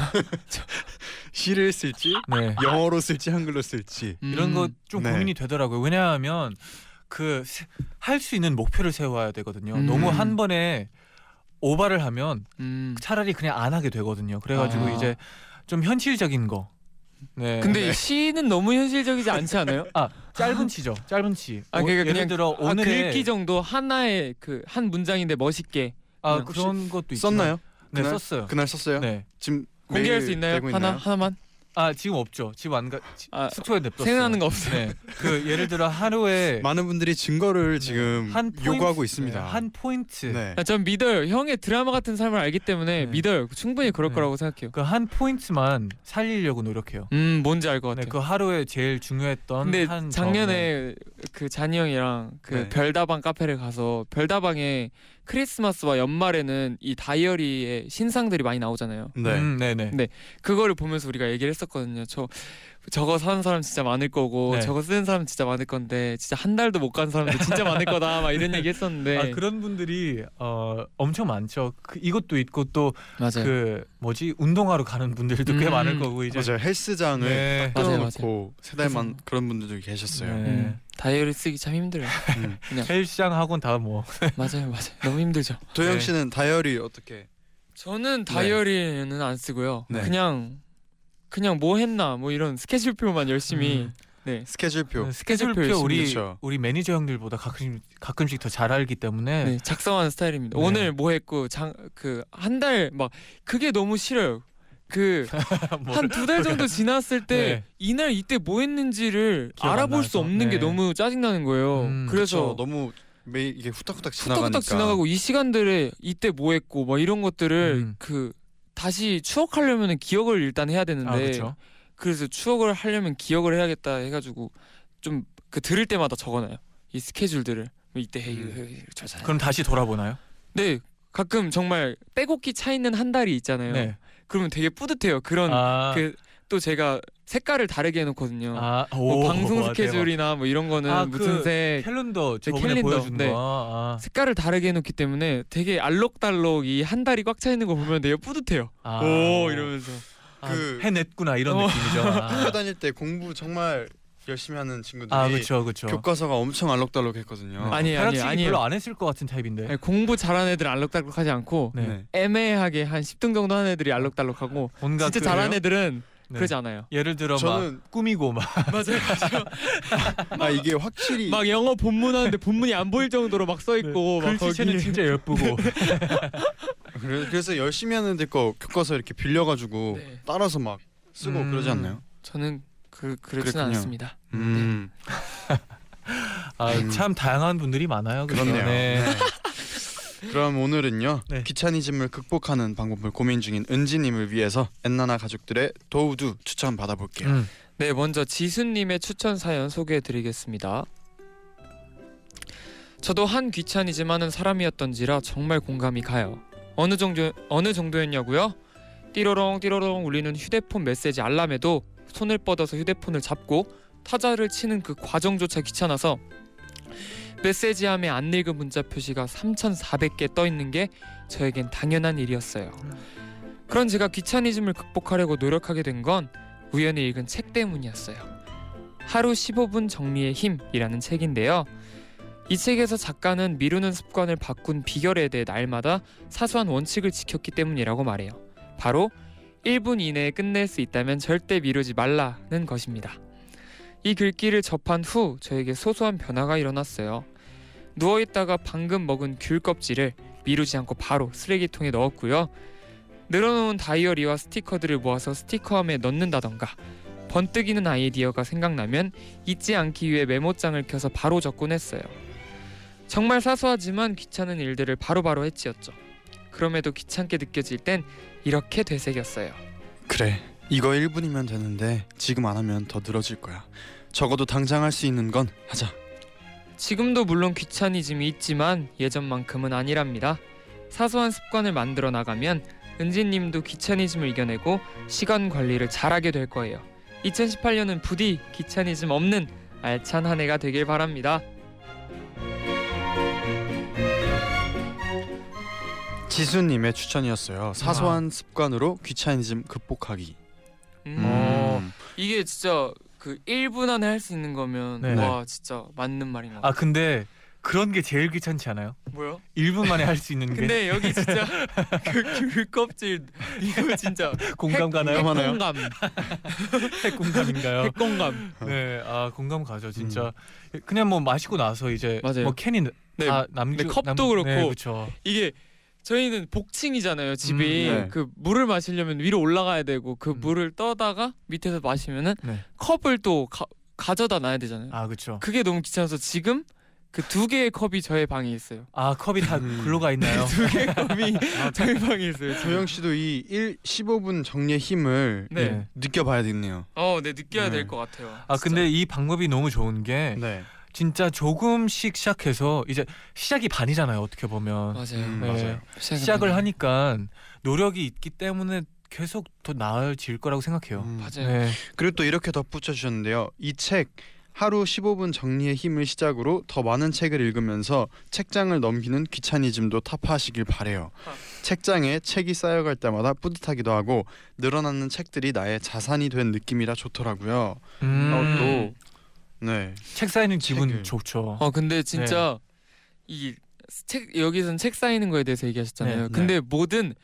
Speaker 4: 시를 쓸지,
Speaker 2: 네.
Speaker 4: 영어로 쓸지 한글로 쓸지.
Speaker 2: 이런
Speaker 6: 음.
Speaker 2: 거 좀
Speaker 4: 네.
Speaker 2: 고민이 되더라고요. 왜냐하면 그 할 수 있는 목표를 세워야 되거든요.
Speaker 6: 음.
Speaker 2: 너무 한 번에 오바를 하면
Speaker 6: 음.
Speaker 2: 차라리 그냥 안 하게 되거든요. 그래가지고
Speaker 6: 아.
Speaker 2: 이제 좀 현실적인 거. 네.
Speaker 6: 근데 이 시는 너무 현실적이지 않지 않아요?
Speaker 2: 짧은 치죠. 짧은 치.
Speaker 6: 아,
Speaker 2: 오-
Speaker 6: 그러니까
Speaker 2: 예를
Speaker 6: 그냥-
Speaker 2: 들어
Speaker 6: 아,
Speaker 2: 오늘의
Speaker 6: 글귀 정도 하나의 그 한 문장인데 멋있게
Speaker 2: 아
Speaker 6: 그냥
Speaker 2: 그런 것도 있지만-
Speaker 4: 썼나요?
Speaker 2: 네
Speaker 4: 그날?
Speaker 2: 썼어요.
Speaker 4: 그날 썼어요?
Speaker 2: 네.
Speaker 4: 지금
Speaker 6: 공개할
Speaker 4: 메일
Speaker 6: 수 있나요?
Speaker 4: 되고
Speaker 6: 하나
Speaker 4: 있나요?
Speaker 6: 하나만
Speaker 2: 아 지금 없죠. 지금 안 가. 지-
Speaker 6: 아,
Speaker 2: 숙소에 냅뒀어요.
Speaker 6: 생각나는 거 없어요.
Speaker 2: 네. 그 예를 들어 하루에
Speaker 4: 많은 분들이 증거를 지금
Speaker 2: 네. 한 포인트,
Speaker 4: 음, 요구하고
Speaker 2: 네,
Speaker 4: 있습니다.
Speaker 2: 한 포인트.
Speaker 4: 네.
Speaker 6: 아, 전 믿어요. 형의 드라마 같은 삶을 알기
Speaker 2: 네.
Speaker 6: 때문에 믿어요. 충분히 그럴
Speaker 2: 네.
Speaker 6: 거라고 생각해요.
Speaker 2: 그 한 포인트만 살리려고 노력해요.
Speaker 6: 음 뭔지 알 것
Speaker 2: 네,
Speaker 6: 같아요.
Speaker 2: 그 하루에 제일 중요했던
Speaker 6: 근데
Speaker 2: 한 점을-
Speaker 6: 작년에 그 잔이 형이랑 그
Speaker 4: 네.
Speaker 6: 별다방 카페를 가서 별다방에 크리스마스와 연말에는 이 다이어리의 신상들이 많이 나오잖아요.
Speaker 4: 네.
Speaker 2: 음, 네네.
Speaker 6: 네. 그거를 보면서 우리가 얘기를 했었거든요. 저 저거 사는 사람 진짜 많을 거고
Speaker 2: 네.
Speaker 6: 저거 쓰는 사람 진짜 많을 건데 진짜 한 달도 못 간 사람도 진짜 많을 거다 막 이런 얘기 했었는데
Speaker 2: 아 그런 분들이 어 엄청 많죠. 그, 이것도 있고
Speaker 6: 맞아요.
Speaker 4: 네.
Speaker 2: 또 그 뭐지 운동하러 가는 분들도 꽤
Speaker 6: 음.
Speaker 2: 많을 거고 이제
Speaker 4: 맞아요. 헬스장을
Speaker 2: 네.
Speaker 6: 맞아요,
Speaker 4: 끊어놓고 세 달만 그런 분들도 계셨어요.
Speaker 2: 네.
Speaker 6: 음, 다이어리 쓰기 참 힘들어요.
Speaker 4: 음.
Speaker 2: 헬스장 학원 다뭐
Speaker 6: 맞아요, 맞아요. 너무 힘들죠.
Speaker 4: 도영
Speaker 2: 네.
Speaker 4: 씨는 다이어리 어떻게?
Speaker 6: 저는 다이어리는 안 쓰고요.
Speaker 4: 네.
Speaker 6: 그냥 그냥 뭐 했나 뭐 이런 스케줄표만
Speaker 2: 음.
Speaker 6: 열심히 네.
Speaker 4: 그 스케줄표.
Speaker 2: 스케줄표
Speaker 6: 스케줄표
Speaker 2: 우리
Speaker 4: 그렇죠.
Speaker 2: 우리 매니저 형들보다 가끔 가끔씩 더 잘 알기 때문에
Speaker 6: 네, 작성하는 스타일입니다.
Speaker 2: 네.
Speaker 6: 오늘 뭐 했고 장 그 한 달 막 그게 너무 싫어요. 그 한 두
Speaker 2: 뭐를-
Speaker 6: 달 정도 지났을 때
Speaker 2: 네.
Speaker 6: 이날 이때 뭐 했는지를
Speaker 2: 기억 안
Speaker 6: 알아볼
Speaker 2: 나죠.
Speaker 6: 수 없는
Speaker 2: 네.
Speaker 6: 게 너무 짜증 나는 거예요.
Speaker 2: 음,
Speaker 6: 그래서
Speaker 4: 그쵸, 너무 매 이게 후딱후딱 지나가니까.
Speaker 6: 후딱후딱 지나가고 이 시간들에 이때 뭐 했고 뭐 이런 것들을
Speaker 2: 음.
Speaker 6: 그 다시 추억하려면 기억을 일단 해야 되는데
Speaker 2: 아 그렇죠.
Speaker 6: 그래서 추억을 하려면 기억을 해야겠다 해가지고 좀 그 들을 때마다 적어놔요 이 스케줄들을 이때 해 이거 해, 이거 저잖아
Speaker 2: 그럼 다시 돌아보나요?
Speaker 6: 네 가끔 정말 빼곡히 차 있는 한 달이 있잖아요
Speaker 2: 네.
Speaker 6: 그러면 되게 뿌듯해요 그런
Speaker 2: 아,
Speaker 6: 그 또 제가 색깔을 다르게 해놓거든요.
Speaker 2: 아,
Speaker 6: 뭐
Speaker 2: 오,
Speaker 6: 방송
Speaker 2: 와, 대박.
Speaker 6: 스케줄이나 뭐 이런 거는
Speaker 2: 아, 그
Speaker 6: 무슨 색
Speaker 2: 캘린더 저번에
Speaker 6: 캘린더,
Speaker 2: 보여준
Speaker 6: 네.
Speaker 2: 거. 아,
Speaker 6: 색깔을 다르게 해놓기 때문에 되게 알록달록 이 한 달이 꽉 차 있는 거 보면 되게 뿌듯해요.
Speaker 2: 아.
Speaker 6: 오 이러면서
Speaker 2: 아,
Speaker 4: 그-
Speaker 2: 해냈구나 이런
Speaker 6: 어.
Speaker 2: 느낌이죠.
Speaker 4: 학교
Speaker 2: 아,
Speaker 4: 다닐 때 공부 정말 열심히 하는 친구들이
Speaker 2: 아 그렇죠, 그렇죠.
Speaker 7: 교과서가 엄청 알록달록했거든요.
Speaker 6: 아, 아니에요,
Speaker 2: 벼락치기
Speaker 6: 아니에요, 아니에요.
Speaker 2: 별로 안 했을 것 같은 타입인데.
Speaker 6: 아니, 공부 잘하는 애들은 알록달록하지 않고
Speaker 2: 네.
Speaker 6: 애매하게 한 10등 정도 하는 애들이 알록달록하고
Speaker 2: 뭔가
Speaker 6: 진짜
Speaker 2: 그-
Speaker 6: 잘하는 애들은
Speaker 2: 네.
Speaker 6: 그러지 않아요.
Speaker 2: 예를 들어
Speaker 4: 저는
Speaker 2: 막 꾸미고 막
Speaker 6: 맞아요.
Speaker 4: 아 이게 확실히
Speaker 6: 막 영어 본문 하는데 본문이 안 보일 정도로 막 써 있고 네. 어, 막
Speaker 2: 네. 글씨체는
Speaker 6: 거기
Speaker 2: 진짜 예쁘고
Speaker 4: 그래- 그래서 열심히 하는데 거 교과서 이렇게 빌려가지고
Speaker 6: 네.
Speaker 4: 따라서 막 쓰고
Speaker 2: 음.
Speaker 4: 그러지 않나요?
Speaker 6: 저는 그 그렇진
Speaker 4: 그랬군요.
Speaker 6: 않습니다.
Speaker 4: 음
Speaker 2: 아, 참 다양한 분들이 많아요. 그죠?
Speaker 4: 그렇네요.
Speaker 2: 네.
Speaker 4: 그럼 오늘은요
Speaker 2: 네.
Speaker 4: 귀차니즘을 극복하는 방법을 고민 중인 은지님을 위해서 엔나나 가족들의 도우두 추천 받아볼게요.
Speaker 2: 음.
Speaker 6: 네, 먼저 지수님의 추천 사연 소개해드리겠습니다. 저도 한 귀차니즘 하는 사람이었던지라 정말 공감이 가요. 어느 정도 어느 정도였냐고요? 띠로롱 띠로롱 울리는 휴대폰 메시지 알람에도 손을 뻗어서 휴대폰을 잡고 타자를 치는 그 과정조차 귀찮아서 메시지함에 안 읽은 문자 표시가 3,400개 떠 있는 게 저에겐 당연한 일이었어요. 그런 제가 귀차니즘을 극복하려고 노력하게 된건 우연히 읽은 책 때문이었어요. 하루 15분 정리의 힘이라는 책인데요. 이 책에서 작가는 미루는 습관을 바꾼 비결에 대해 날마다 사소한 원칙을 지켰기 때문이라고 말해요. 바로 1분 이내에 끝낼 수 있다면 절대 미루지 말라는 것입니다. 이 글귀를 접한 후 저에게 소소한 변화가 일어났어요. 누워 있다가 방금 먹은 귤 껍질을 미루지 않고 바로 쓰레기통에 넣었고요. 늘어놓은 다이어리와 스티커들을 모아서 스티커함에 넣는다던가 번뜩이는 아이디어가 생각나면 잊지 않기 위해 메모장을 켜서 바로 접근했어요. 정말 사소하지만 귀찮은 일들을 바로바로 해치웠죠. 그럼에도 귀찮게 느껴질 땐 이렇게 되새겼어요.
Speaker 7: 그래.
Speaker 4: 이거 1분이면 되는데 지금 안 하면 더 늘어질 거야. 적어도 당장 할 수 있는 건 하자.
Speaker 6: 지금도 물론 귀차니즘이 있지만 예전만큼은 아니랍니다. 사소한 습관을 만들어 나가면 은지님도 귀차니즘을 이겨내고 시간 관리를 잘하게 될 거예요. 2018년은 부디 귀차니즘 없는 알찬 한 해가 되길 바랍니다.
Speaker 4: 지수님의 추천이었어요. 사소한 습관으로 귀차니즘 극복하기.
Speaker 6: 음.
Speaker 2: 어.
Speaker 4: 음.
Speaker 6: 이게 진짜 그 1분 안에 할 수 있는 거면
Speaker 2: 네.
Speaker 6: 와 진짜 맞는 말인 것
Speaker 2: 아
Speaker 6: 같아요.
Speaker 2: 근데 그런 게 제일 귀찮지 않아요?
Speaker 6: 뭐요?
Speaker 2: 1분 만에 할 수 있는 게
Speaker 6: 근데 여기 진짜 그 귤껍질 이거 진짜
Speaker 2: 공감 가나요?
Speaker 4: 공감하나요?
Speaker 6: 핵공감
Speaker 2: 핵 공감인가요?
Speaker 6: 핵공감
Speaker 2: 네, 아 공감 가죠. 진짜 그냥 뭐 마시고 나서 이제
Speaker 6: 맞아요.
Speaker 2: 뭐 캔이
Speaker 6: 네,
Speaker 2: 다 남주
Speaker 6: 네, 컵도 그렇고.
Speaker 2: 네, 그렇죠.
Speaker 6: 이게 저희는 복층이잖아요 집이
Speaker 4: 음, 네.
Speaker 6: 그 물을 마시려면 위로 올라가야 되고 그
Speaker 2: 음.
Speaker 6: 물을 떠다가 밑에서 마시면은
Speaker 2: 네.
Speaker 6: 컵을 또 가, 가져다 놔야 되잖아요
Speaker 2: 아 그렇죠.
Speaker 6: 그게 너무 귀찮아서 지금 그 두 개의 컵이 저의 방에 있어요
Speaker 2: 아 컵이 다
Speaker 4: 음.
Speaker 2: 굴러가 있나요?
Speaker 6: 두 개의 컵이 저의 방에 있어요 지금.
Speaker 4: 조영 씨도 이 1, 15분 정리의 힘을
Speaker 6: 네.
Speaker 2: 네.
Speaker 4: 느껴봐야겠네요.
Speaker 6: 어, 네 느껴야
Speaker 4: 네.
Speaker 6: 될 것 같아요.
Speaker 2: 아
Speaker 6: 진짜.
Speaker 2: 근데 이 방법이 너무 좋은 게
Speaker 4: 네.
Speaker 2: 진짜 조금씩 시작해서 이제 시작이 반이잖아요. 어떻게 보면
Speaker 6: 맞아요.
Speaker 4: 음,
Speaker 2: 네.
Speaker 4: 맞아요.
Speaker 2: 시작을 하니까 노력이 있기 때문에 계속 더 나아질 거라고 생각해요.
Speaker 4: 음.
Speaker 6: 맞아요.
Speaker 2: 네.
Speaker 4: 그리고 또 이렇게 덧붙여 주셨는데요. 이 책 하루 15분 정리의 힘을 시작으로 더 많은 책을 읽으면서 책장을 넘기는 귀차니즘도 타파하시길 바래요.
Speaker 6: 아.
Speaker 4: 책장에 책이 쌓여갈 때마다 뿌듯하기도 하고 늘어나는 책들이 나의 자산이 된 느낌이라 좋더라고요.
Speaker 2: 음,
Speaker 4: 어, 또 네.
Speaker 2: 책 쌓이는 기분
Speaker 4: 책을.
Speaker 2: 좋죠.
Speaker 6: 어 근데 진짜 이 책 여기선 책 쌓이는 거에 대해서 얘기하셨잖아요.
Speaker 2: 네,
Speaker 6: 근데 뭐든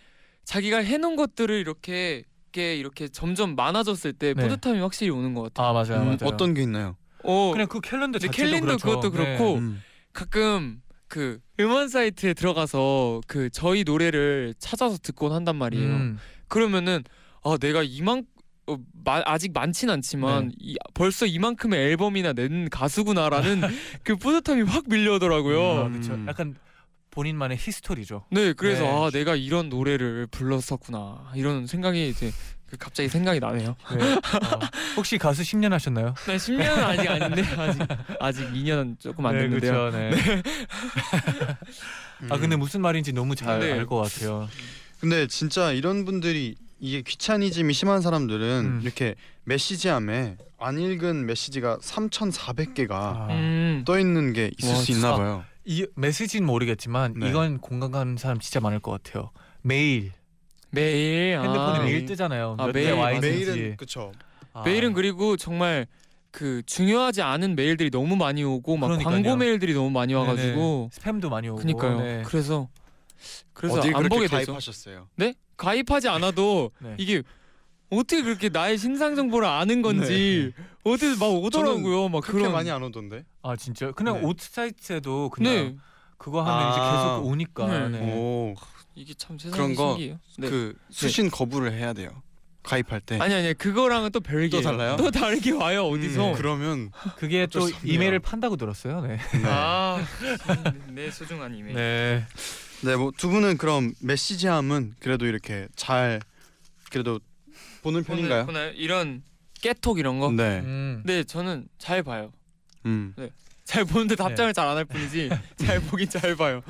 Speaker 6: 자기가 해놓은 것들을 이렇게 이렇게 이렇게 점점 많아졌을 때
Speaker 2: 네.
Speaker 6: 뿌듯함이 확실히 오는 것 같아요.
Speaker 2: 아 맞아요,
Speaker 4: 음,
Speaker 2: 맞아요.
Speaker 4: 어떤 게 있나요?
Speaker 6: 어
Speaker 2: 그냥 그 캘린더
Speaker 6: 네,
Speaker 2: 자체도
Speaker 6: 캘린더
Speaker 2: 그렇죠.
Speaker 6: 그것도 그렇고
Speaker 4: 음.
Speaker 6: 가끔 그 음원 사이트에 들어가서 그 저희 노래를 찾아서 듣곤 한단 말이에요.
Speaker 2: 음,
Speaker 6: 그러면은 아 내가 이만 어, 마- 아직 많진
Speaker 2: 네.
Speaker 6: 않지만 이, 벌써 이만큼의 앨범이나 낸 가수구나라는 그 뿌듯함이 확 밀려오더라고요.
Speaker 2: 아, 그렇죠. 약간 본인만의 히스토리죠.
Speaker 6: 네, 그래서
Speaker 2: 네.
Speaker 6: 아 내가 이런 노래를 불렀었구나 이런 생각이 이제 그 갑자기 생각이 나네요.
Speaker 2: 네. 어, 혹시 가수 10년 하셨나요?
Speaker 6: 네, 10년은 아직 아닌데 아직 아직 2년 조금 안
Speaker 2: 네,
Speaker 6: 됐는데요.
Speaker 2: 그렇죠. 네. 아 근데 무슨 말인지 너무 잘
Speaker 6: 네.
Speaker 2: 알 것 같아요.
Speaker 4: 근데 진짜 이런 분들이
Speaker 3: 이게 귀차니즘이 심한 사람들은
Speaker 2: 음.
Speaker 3: 이렇게 메시지함에 안 읽은 메시지가 3,400개가
Speaker 6: 음.
Speaker 3: 떠 있는 게 있을
Speaker 2: 와,
Speaker 3: 수
Speaker 2: 진짜.
Speaker 3: 있나 봐요.
Speaker 2: 이 메시지는 모르겠지만
Speaker 3: 네.
Speaker 2: 이건 공감 가는 사람 진짜 많을 것 같아요. 메일
Speaker 6: 매일 아.
Speaker 2: 핸드폰에
Speaker 6: 매일
Speaker 2: 메일 뜨잖아요.
Speaker 6: 아,
Speaker 2: 몇
Speaker 6: 메일,
Speaker 3: 네,
Speaker 2: 메일 와
Speaker 6: 맞아요.
Speaker 2: 있는지.
Speaker 4: 그쵸.
Speaker 2: 아,
Speaker 6: 메일은 그리고 정말 그 중요하지 않은 메일들이 너무 많이 오고 막
Speaker 2: 그러니까요.
Speaker 6: 광고 메일들이 너무 많이 와가지고
Speaker 2: 스팸도 많이 오고.
Speaker 6: 그니까요.
Speaker 2: 네.
Speaker 6: 그래서 그래서
Speaker 4: 어딜
Speaker 6: 안
Speaker 4: 그렇게
Speaker 6: 보게 되죠.
Speaker 4: 가입하셨어요?
Speaker 6: 네? 가입하지 않아도
Speaker 2: 네.
Speaker 6: 이게 어떻게 그렇게 나의 신상 정보를 아는 건지 어떻게 막 오더라고요. 막
Speaker 3: 그렇게
Speaker 6: 네. 그런
Speaker 3: 많이 안 오던데.
Speaker 2: 아 진짜 그냥
Speaker 3: 네.
Speaker 2: 옷 사이트에도 그냥
Speaker 6: 네
Speaker 2: 그거 하면 이제
Speaker 4: 아.
Speaker 2: 계속 오니까.
Speaker 6: 네.
Speaker 2: 네.
Speaker 4: 오,
Speaker 6: 이게 참 세상이
Speaker 4: 그런 거,
Speaker 6: 신기해요. 네.
Speaker 4: 그 수신 거부를 해야 돼요. 가입할 때.
Speaker 6: 아니 아니 그거랑은 또 별개
Speaker 4: 또 달라요?
Speaker 6: 또 다르게 와요 어디서.
Speaker 2: 음,
Speaker 4: 그러면
Speaker 2: 그게 또
Speaker 4: 어쩔 수 없네요.
Speaker 2: 이메일을 판다고 들었어요. 네.
Speaker 6: 아. 아내 소중한 이메일.
Speaker 2: 네.
Speaker 3: 네, 뭐 두 분은 그럼 메시지함은 그래도 이렇게 잘 그래도 보는 편인가요?
Speaker 6: 보나요? 이런 깨톡 이런 거.
Speaker 4: 네.
Speaker 2: 음.
Speaker 6: 네 저는 잘 봐요.
Speaker 4: 음.
Speaker 6: 잘 보는데
Speaker 2: 네.
Speaker 6: 답장을 잘 안 할 뿐이지 잘 보긴 잘 봐요.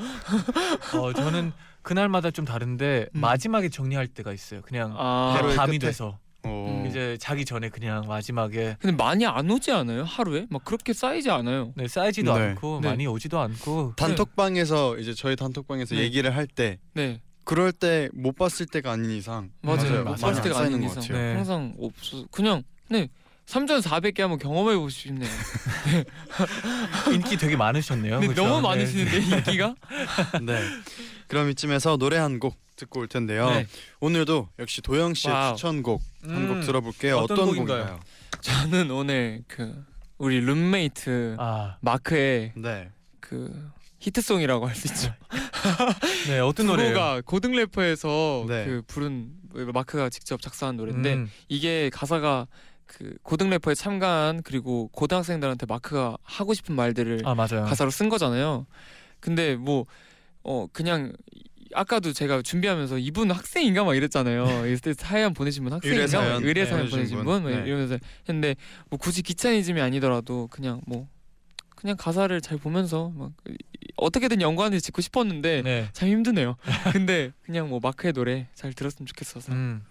Speaker 2: 어 저는 그날마다 좀 다른데
Speaker 6: 음.
Speaker 2: 마지막에 정리할 때가 있어요. 그냥
Speaker 6: 아
Speaker 3: 하루의
Speaker 2: 밤이
Speaker 3: 끝에.
Speaker 2: 돼서
Speaker 3: 오.
Speaker 2: 이제 자기 전에 그냥 마지막에
Speaker 6: 근데 많이 안 오지 않아요 하루에? 막 그렇게 쌓이지 않아요.
Speaker 2: 네, 쌓이지도
Speaker 3: 네.
Speaker 2: 않고
Speaker 6: 네.
Speaker 2: 많이 오지도 않고
Speaker 3: 단톡방에서 이제 저희 단톡방에서
Speaker 6: 네.
Speaker 3: 얘기를 할 때
Speaker 6: 네
Speaker 3: 그럴 때 못 봤을 때가 아닌 이상
Speaker 6: 맞아요.
Speaker 2: 맞아요.
Speaker 6: 못
Speaker 2: 많이
Speaker 6: 봤을
Speaker 2: 안
Speaker 6: 때가
Speaker 3: 쌓이는
Speaker 6: 아닌
Speaker 3: 것
Speaker 6: 이상
Speaker 3: 같아요.
Speaker 2: 네.
Speaker 6: 항상 없어. 그냥 네 3,400개 한번 경험해 보고 싶네요.
Speaker 2: 인기 되게 많으셨네요.
Speaker 6: 근데
Speaker 2: 그죠?
Speaker 6: 너무
Speaker 2: 네.
Speaker 6: 많으시는데 인기가.
Speaker 3: 네. 그럼 이쯤에서 노래 한 곡 듣고 올 텐데요.
Speaker 6: 네.
Speaker 3: 오늘도 역시 도영 씨의
Speaker 6: 와우.
Speaker 3: 추천곡 한 곡
Speaker 2: 음.
Speaker 3: 들어볼게요. 어떤,
Speaker 2: 어떤 곡인가요?
Speaker 3: 곡인가요?
Speaker 6: 저는 오늘 그 우리 룸메이트
Speaker 2: 아,
Speaker 6: 마크의
Speaker 3: 네.
Speaker 6: 그 히트송이라고 할 수 있죠.
Speaker 2: 네, 어떤 아, 노래예요?
Speaker 6: 두고가 고등 래퍼에서
Speaker 3: 네.
Speaker 6: 그 부른 마크가 직접 작사한 노래인데
Speaker 2: 음.
Speaker 6: 이게 가사가 그 고등 래퍼에 참가한 그리고 고등학생들한테 마크가 하고 싶은 말들을
Speaker 2: 아 맞아요.
Speaker 6: 가사로 쓴 거잖아요. 근데 뭐 어 그냥 이- 아까도 제가 준비하면서 이분 학생인가 막 이랬잖아요. 이때 사연 보내신 분 학생인가
Speaker 3: 의뢰사연.
Speaker 6: 의뢰사연
Speaker 3: 네,
Speaker 6: 보내신
Speaker 3: 보내주신
Speaker 6: 분, 막
Speaker 3: 분. 네.
Speaker 6: 이러면서 했는데 뭐 굳이 귀차니즘이 아니더라도 그냥 뭐 그냥 가사를 잘 보면서 막 이- 이- 어떻게든 연관을 짓고 싶었는데
Speaker 2: 네.
Speaker 6: 참 힘드네요. 근데 그냥 뭐 마크의 노래 잘 들었으면 좋겠어서.
Speaker 2: 음.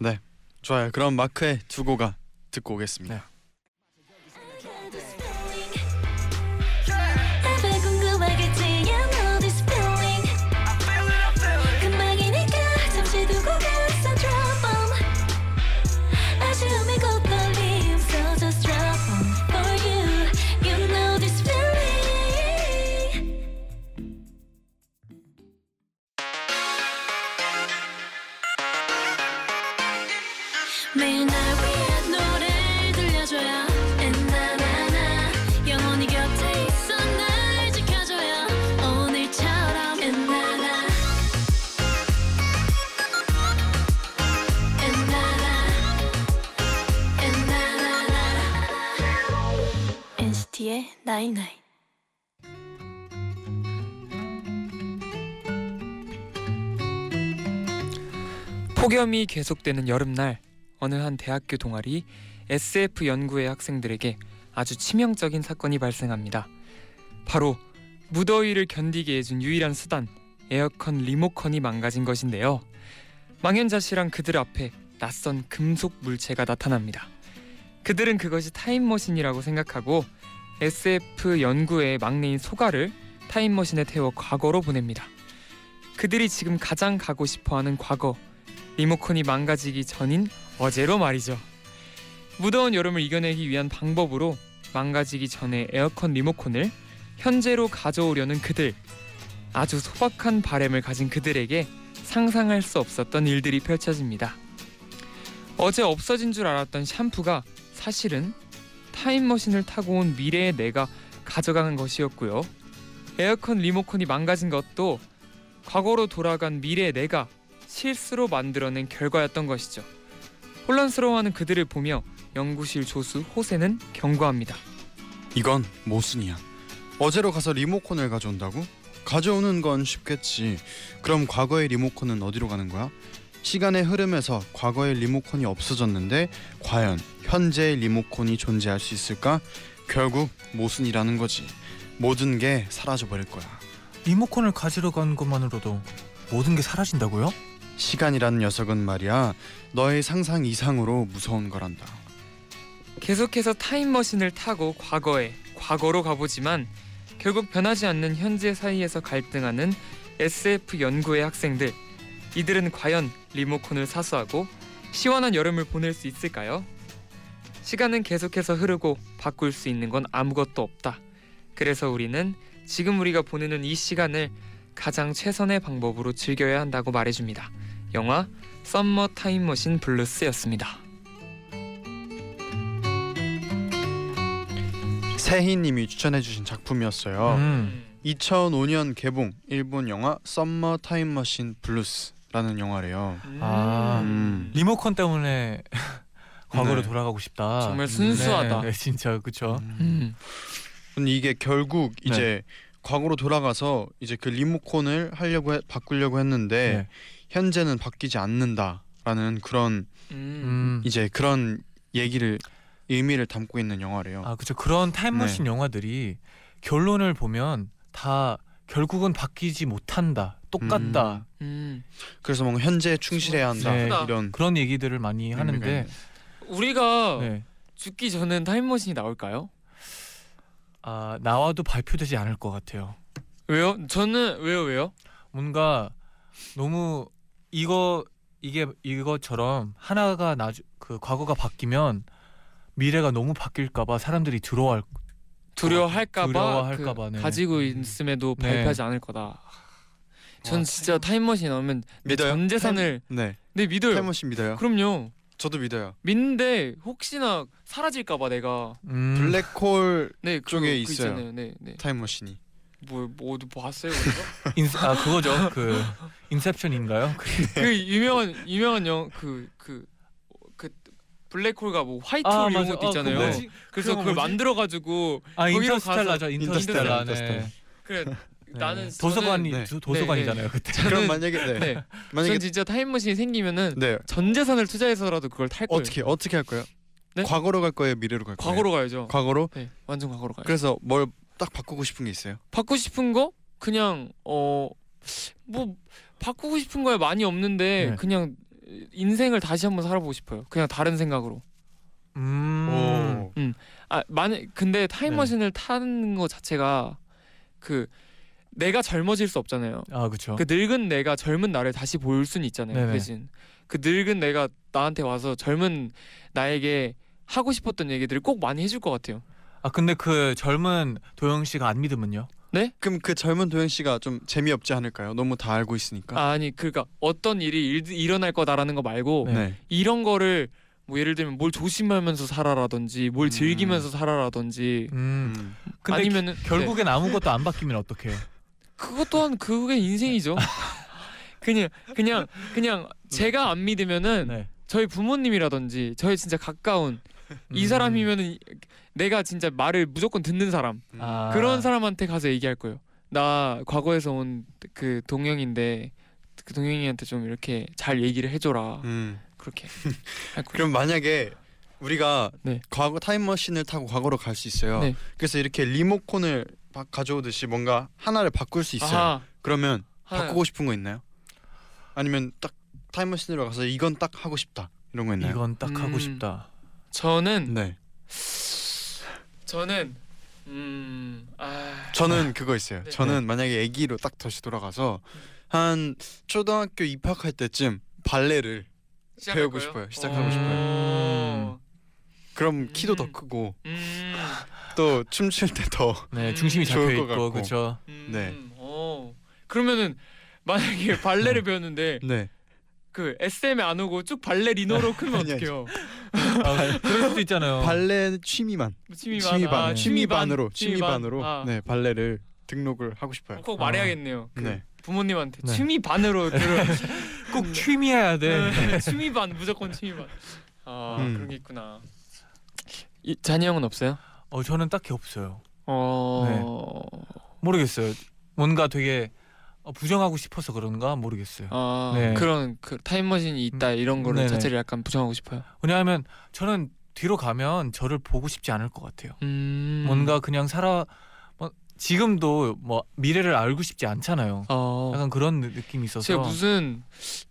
Speaker 3: 좋아요. 그럼 마크의 두 곡아 듣고 오겠습니다.
Speaker 2: 네.
Speaker 5: 답을 궁금하겠지 I know this feeling 금방이니까 잠시 두고 가서 drop 'em 아쉬움이 고떨림 So just drop 'em for you You know this feeling 매일 날 위한 노래를 들려줘요 엔나나나 영원히 곁에 있어 날 지켜줘요 오늘처럼 엔나나 엔나나 엔나나나 NCT의 나잇나잇
Speaker 6: 폭염이 계속되는 여름날 어느 한 대학교 동아리 SF 연구회 학생들에게 아주 치명적인 사건이 발생합니다. 바로 무더위를 견디게 해준 유일한 수단 에어컨 리모컨이 망가진 것인데요. 망연자실한 그들 앞에 낯선 금속 물체가 나타납니다. 그들은 그것이 타임머신이라고 생각하고 SF 연구회의 막내인 소가를 타임머신에 태워 과거로 보냅니다. 그들이 지금 가장 가고 싶어하는 과거 리모컨이 망가지기 전인 어제로 말이죠. 무더운 여름을 이겨내기 위한 방법으로 망가지기 전에 에어컨 리모컨을 현재로 가져오려는 그들. 아주 소박한 바램을 가진 그들에게 상상할 수 없었던 일들이 펼쳐집니다. 어제 없어진 줄 알았던 샴푸가 사실은 타임머신을 타고 온 미래의 내가 가져간 것이었고요. 에어컨 리모컨이 망가진 것도 과거로 돌아간 미래의 내가 실수로 만들어낸 결과였던 것이죠. 혼란스러워하는 그들을 보며 연구실 조수 호세는 경고합니다.
Speaker 4: 이건 모순이야.
Speaker 3: 순이야. 어제로 가서 리모컨을 가져온다고? 가져오는 건 쉽겠지. 그럼 과거의 리모컨은 어디로 가는 거야? 시간의 흐름에서 과거의 리모컨이 없어졌는데 과연 현재의 리모컨이 존재할 수 있을까? 결국 모순이라는 거지. 모든 게 사라져 버릴 거야.
Speaker 2: 리모컨을 가지러 간 것만으로도 모든 게 사라진다고요?
Speaker 3: 시간이라는 녀석은 말이야 너의 상상 이상으로 무서운 거란다.
Speaker 6: 계속해서 타임머신을 타고 과거에 과거로 가보지만 결국 변하지 않는 현재 사이에서 갈등하는 SF 연구의 학생들 이들은 과연 리모컨을 사수하고 시원한 여름을 보낼 수 있을까요? 시간은 계속해서 흐르고 바꿀 수 있는 건 아무것도 없다. 그래서 우리는 지금 우리가 보내는 이 시간을 가장 최선의 방법으로 즐겨야 한다고 말해줍니다. 영화 썸머 타임머신 블루스였습니다.
Speaker 3: 세희님이 추천해주신 작품이었어요.
Speaker 2: 음.
Speaker 3: 2005년 개봉 일본 영화 썸머 타임머신 블루스라는 영화래요.
Speaker 2: 아.
Speaker 3: 음.
Speaker 2: 리모컨 때문에 과거로
Speaker 3: 네.
Speaker 2: 돌아가고 싶다.
Speaker 6: 정말 순수하다.
Speaker 2: 네, 네, 진짜 그쵸.
Speaker 6: 음.
Speaker 3: 근데 이게 결국 이제 과거로 돌아가서 이제 그 리모컨을 하려고 해- 바꾸려고 했는데
Speaker 2: 네.
Speaker 3: 현재는 바뀌지 않는다라는 그런
Speaker 6: 음.
Speaker 2: 음.
Speaker 3: 이제 그런 얘기를 의미를 담고 있는 영화래요.
Speaker 2: 아 그쵸. 그런 타임머신
Speaker 6: 네.
Speaker 2: 영화들이 결론을 보면 다 결국은 바뀌지 못한다, 똑같다
Speaker 3: 음.
Speaker 6: 음.
Speaker 3: 그래서 뭔가 현재에 충실해야 한다
Speaker 2: 네.
Speaker 3: 이런
Speaker 2: 그런 얘기들을 많이
Speaker 3: 의미가
Speaker 2: 하는데.
Speaker 3: 있네요.
Speaker 6: 우리가
Speaker 2: 네.
Speaker 6: 죽기 전엔 타임머신이 나올까요?
Speaker 2: 아 나와도 발표되지 않을 것 같아요.
Speaker 6: 왜요? 저는 왜요 왜요?
Speaker 2: 뭔가 너무 이거 이게 이것처럼 하나가 나주 그 과거가 바뀌면 미래가 너무 바뀔까봐 사람들이 두려워할
Speaker 6: 두려워할까봐 그
Speaker 2: 두려워할까봐, 네.
Speaker 6: 가지고 있음에도
Speaker 2: 네.
Speaker 6: 발표하지 않을 거다. 전 진짜 타임머신 나오면
Speaker 4: 믿어요?
Speaker 6: 전 재산을
Speaker 4: 네.
Speaker 6: 네 믿어요.
Speaker 4: 태모씨 믿어요?
Speaker 6: 그럼요.
Speaker 4: 저도 믿어요.
Speaker 6: 믿는데 혹시나 사라질까봐 내가
Speaker 2: 음,
Speaker 4: 블랙홀
Speaker 6: 네 그거-
Speaker 4: 쪽에
Speaker 6: 그거
Speaker 4: 있어요.
Speaker 6: 있잖아요. 네 네.
Speaker 4: 타임머신이.
Speaker 6: 뭐, 뭐 어디 봤어요? 그거?
Speaker 2: 인스, 아 그거죠 그 인셉션인가요?
Speaker 6: 그 유명한 유명한 영그그 그, 그 블랙홀과 뭐 화이트홀
Speaker 2: 아,
Speaker 6: 이런
Speaker 2: 맞아.
Speaker 6: 것도
Speaker 2: 아,
Speaker 6: 있잖아요. 네.
Speaker 2: 그거 뭐지?
Speaker 6: 그래서
Speaker 2: 그거
Speaker 6: 그걸
Speaker 2: 뭐지?
Speaker 6: 만들어가지고
Speaker 2: 아
Speaker 6: 거기로
Speaker 2: 인터스텔라죠 인터스텔라,
Speaker 4: 인터스텔라,
Speaker 2: 네.
Speaker 4: 인터스텔라.
Speaker 6: 그래
Speaker 2: 네.
Speaker 6: 나는
Speaker 2: 도서관이
Speaker 4: 네.
Speaker 2: 도, 도서관이잖아요 그때
Speaker 6: 저는,
Speaker 4: 그럼 만약에 네.
Speaker 6: 네.
Speaker 4: 만약에
Speaker 6: 전 진짜 타임머신이 생기면은
Speaker 4: 네.
Speaker 6: 전 재산을 투자해서라도 그걸 탈 거예요.
Speaker 4: 어떻게 어떻게 할 거예요?
Speaker 6: 네?
Speaker 4: 과거로 갈 거예요, 미래로 갈 거예요?
Speaker 6: 과거로 가야죠.
Speaker 4: 과거로.
Speaker 6: 네, 완전 과거로 가요.
Speaker 4: 그래서 뭘 딱 바꾸고 싶은 게 있어요?
Speaker 6: 바꾸고 싶은 거 그냥 어 뭐 바꾸고 싶은 거야 많이 없는데
Speaker 2: 네.
Speaker 6: 그냥 인생을 다시 한번 살아보고 싶어요. 그냥 다른 생각으로.
Speaker 2: 음,
Speaker 4: 오.
Speaker 6: 아 만약 근데
Speaker 2: 네.
Speaker 6: 타임머신을 타는 거 자체가 그 내가 젊어질 수 없잖아요.
Speaker 2: 아 그쵸
Speaker 6: 그 늙은 내가 젊은 나를 다시 볼 수는 있잖아요.
Speaker 2: 네네.
Speaker 6: 대신 그 늙은 내가 나한테 와서 젊은 나에게 하고 싶었던 얘기들을 꼭 많이 해줄 것 같아요.
Speaker 2: 아 근데 그 젊은 도영 씨가 안 믿으면요?
Speaker 4: 그럼 그 젊은 도영 씨가 좀 재미없지 않을까요? 너무 다 알고 있으니까.
Speaker 6: 아, 아니 그러니까 어떤 일이 일, 일어날 거다라는 거 말고
Speaker 2: 네.
Speaker 6: 이런 거를 뭐 예를 들면 뭘 조심하면서 살아라든지 뭘
Speaker 4: 음.
Speaker 6: 즐기면서 살아라든지
Speaker 2: 음
Speaker 4: 음.
Speaker 2: 근데
Speaker 6: 아니면은 네.
Speaker 2: 결국엔 아무것도 안 바뀌면 어떡해요?
Speaker 6: 그것 또한 그게
Speaker 4: 네.
Speaker 6: 인생이죠. 그냥 그냥 그냥 제가 안 믿으면은
Speaker 2: 네.
Speaker 6: 저희 부모님이라든지 저희 진짜 가까운 이
Speaker 2: 음.
Speaker 6: 사람이면은 내가 진짜 말을 무조건 듣는 사람
Speaker 2: 아.
Speaker 6: 그런 사람한테 가서 얘기할 거예요. 나 과거에서 온 그 동영인데 그 동영이한테 좀 이렇게 잘 얘기를 해줘라
Speaker 4: 음.
Speaker 6: 그렇게 할 거예요.
Speaker 4: 그럼 만약에 우리가
Speaker 6: 네.
Speaker 4: 과거 타임머신을 타고 과거로 갈 수 있어요.
Speaker 6: 네.
Speaker 4: 그래서 이렇게 리모컨을 바- 가져오듯이 뭔가 하나를 바꿀 수 있어요.
Speaker 6: 아하,
Speaker 4: 그러면
Speaker 6: 하나.
Speaker 4: 바꾸고 싶은 거 있나요? 아니면 딱 타임머신으로 가서 이건 딱 하고 싶다 이런 거 있나요?
Speaker 2: 이건 딱 하고
Speaker 6: 음.
Speaker 2: 싶다.
Speaker 6: 저는
Speaker 4: 네.
Speaker 6: 저는 음 아,
Speaker 4: 저는 그거 있어요.
Speaker 6: 네.
Speaker 4: 저는 만약에 아기로 딱 다시 돌아가서 한 초등학교 입학할 때쯤 발레를
Speaker 6: 시작할
Speaker 4: 배우고
Speaker 6: 거예요?
Speaker 4: 싶어요. 시작하고
Speaker 6: 어.
Speaker 2: 싶어요.
Speaker 4: 그럼 키도
Speaker 6: 음.
Speaker 4: 더 크고
Speaker 6: 음,
Speaker 4: 또 춤출 때더
Speaker 2: 네,
Speaker 6: 음.
Speaker 2: 중심이 잡혀
Speaker 4: 좋을 것
Speaker 2: 있고
Speaker 4: 같고.
Speaker 2: 그렇죠.
Speaker 6: 음,
Speaker 4: 네.
Speaker 6: 어. 그러면은 만약에 발레를 배웠는데
Speaker 4: 네.
Speaker 6: 그 SM에 안 오고 쭉 발레리노로 크면
Speaker 4: 아니, 아니.
Speaker 6: 어떡해요?
Speaker 2: 아, 그럴 수도 있잖아요.
Speaker 4: 발레 취미만
Speaker 6: 어. 취미반,
Speaker 4: 취미반 네.
Speaker 6: 아, 취미반
Speaker 4: 취미반으로 취미반으로
Speaker 6: 아,
Speaker 4: 네 발레를 등록을 하고 싶어요.
Speaker 6: 꼭 말해야겠네요. 그
Speaker 4: 네.
Speaker 6: 부모님한테
Speaker 2: 네.
Speaker 6: 취미반으로 들어.
Speaker 2: 꼭 취미해야 돼.
Speaker 6: 네. 취미반 무조건 취미반. 아
Speaker 4: 음.
Speaker 6: 그런 게 있구나. 이, 잔이 형은 없어요?
Speaker 2: 어, 저는 딱히 없어요.
Speaker 6: 어.
Speaker 4: 네.
Speaker 2: 모르겠어요. 뭔가 되게 어, 부정하고 싶어서 그런가 모르겠어요.
Speaker 6: 아
Speaker 2: 네.
Speaker 6: 그런 그 타임머신이 있다
Speaker 4: 음.
Speaker 6: 이런 거를
Speaker 2: 네네.
Speaker 6: 자체를 약간 부정하고 싶어요.
Speaker 2: 왜냐하면 저는 뒤로 가면 저를 보고 싶지 않을 것 같아요.
Speaker 6: 음.
Speaker 2: 뭔가 그냥 살아 뭐, 지금도 뭐 미래를 알고 싶지 않잖아요.
Speaker 6: 어.
Speaker 2: 약간 그런 느- 느낌이 있어서
Speaker 6: 제가 무슨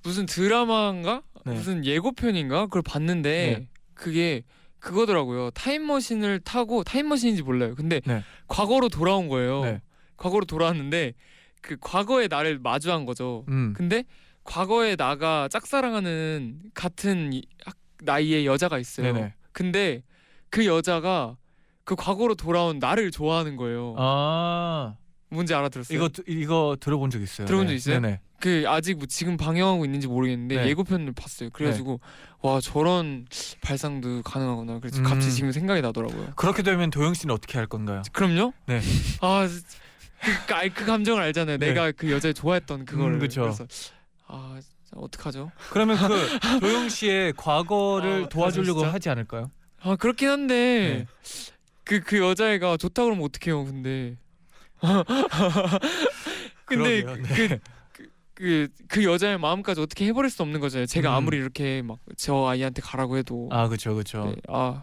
Speaker 6: 무슨 드라마인가
Speaker 2: 네.
Speaker 6: 무슨 예고편인가 그걸 봤는데
Speaker 2: 네.
Speaker 6: 그게 그거더라고요 타임머신을 타고 타임머신인지 몰라요 근데
Speaker 2: 네.
Speaker 6: 과거로 돌아온 거예요
Speaker 2: 네.
Speaker 6: 과거로 돌아왔는데 그 과거의 나를 마주한 거죠
Speaker 2: 음.
Speaker 6: 근데 과거의 나가 짝사랑하는 같은 이- 학- 나이의 여자가 있어요
Speaker 2: 네네.
Speaker 6: 근데 그 여자가 그 과거로 돌아온 나를 좋아하는 거예요
Speaker 2: 아
Speaker 6: 뭔지 알아들었어요?
Speaker 2: 이거 드- 이거 들어본 적 있어요.
Speaker 6: 들어본 적 있어요?
Speaker 2: 네네.
Speaker 6: 그 아직 뭐 지금 방영하고 있는지 모르겠는데
Speaker 2: 네.
Speaker 6: 예고편을 봤어요. 그래가지고 와 저런 발상도 가능하구나. 그래서
Speaker 2: 음.
Speaker 6: 갑자기 지금 생각이 나더라고요.
Speaker 2: 그렇게 되면 도영 씨는 어떻게 할 건가요?
Speaker 6: 그럼요?
Speaker 2: 네.
Speaker 6: 아, 그, 그, 알- 그 감정을 알잖아요.
Speaker 2: 네. 음,
Speaker 6: 내가 그 여자를 좋아했던 그거를.
Speaker 2: 그쵸.
Speaker 6: 그래서 아 진짜 어떡하죠?
Speaker 2: 그러면 그 도영 씨의 과거를
Speaker 6: 아,
Speaker 2: 도와주려고
Speaker 6: 진짜?
Speaker 2: 하지 않을까요?
Speaker 6: 아 그렇긴
Speaker 2: 네.
Speaker 6: 한데 그 그 여자애가 좋다 그러면 어떡해요 근데. 근데
Speaker 2: 그러게요. 네.
Speaker 6: 그- 그, 그 여자의 마음까지 어떻게 해버릴 수 없는 거잖아요. 제가
Speaker 2: 음.
Speaker 6: 아무리 이렇게 막 저 아이한테 가라고 해도
Speaker 2: 아 그렇죠 그렇죠.
Speaker 6: 네, 아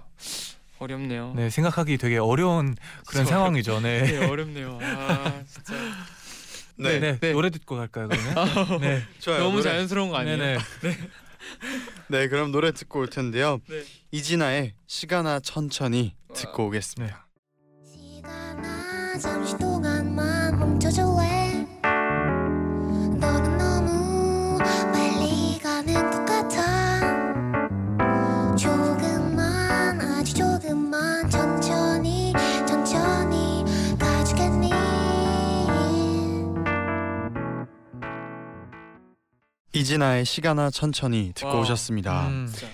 Speaker 6: 어렵네요.
Speaker 2: 네. 생각하기 되게 어려운 그런
Speaker 6: 저-
Speaker 2: 상황이죠. 네.
Speaker 6: 네, 어렵네요. 아 진짜
Speaker 2: 네.
Speaker 6: 네.
Speaker 2: 노래 듣고 갈까요 그러면? 네.
Speaker 4: 좋아요.
Speaker 6: 너무
Speaker 4: 노래.
Speaker 6: 자연스러운 거 아니에요?
Speaker 2: 네네.
Speaker 4: 네, 그럼 노래 듣고 올 텐데요.
Speaker 6: 네.
Speaker 4: 이진아의 시간아 천천히 듣고 오겠습니다.
Speaker 8: 시간아 잠시 동안만 멈춰줄래 너는 너무 빨리 가는 것 같아 조금만 아주 조금만 천천히 천천히 가주겠니
Speaker 4: 이진아의 시간아 천천히 듣고
Speaker 6: 와우.
Speaker 4: 오셨습니다.
Speaker 2: 음.
Speaker 6: 진짜.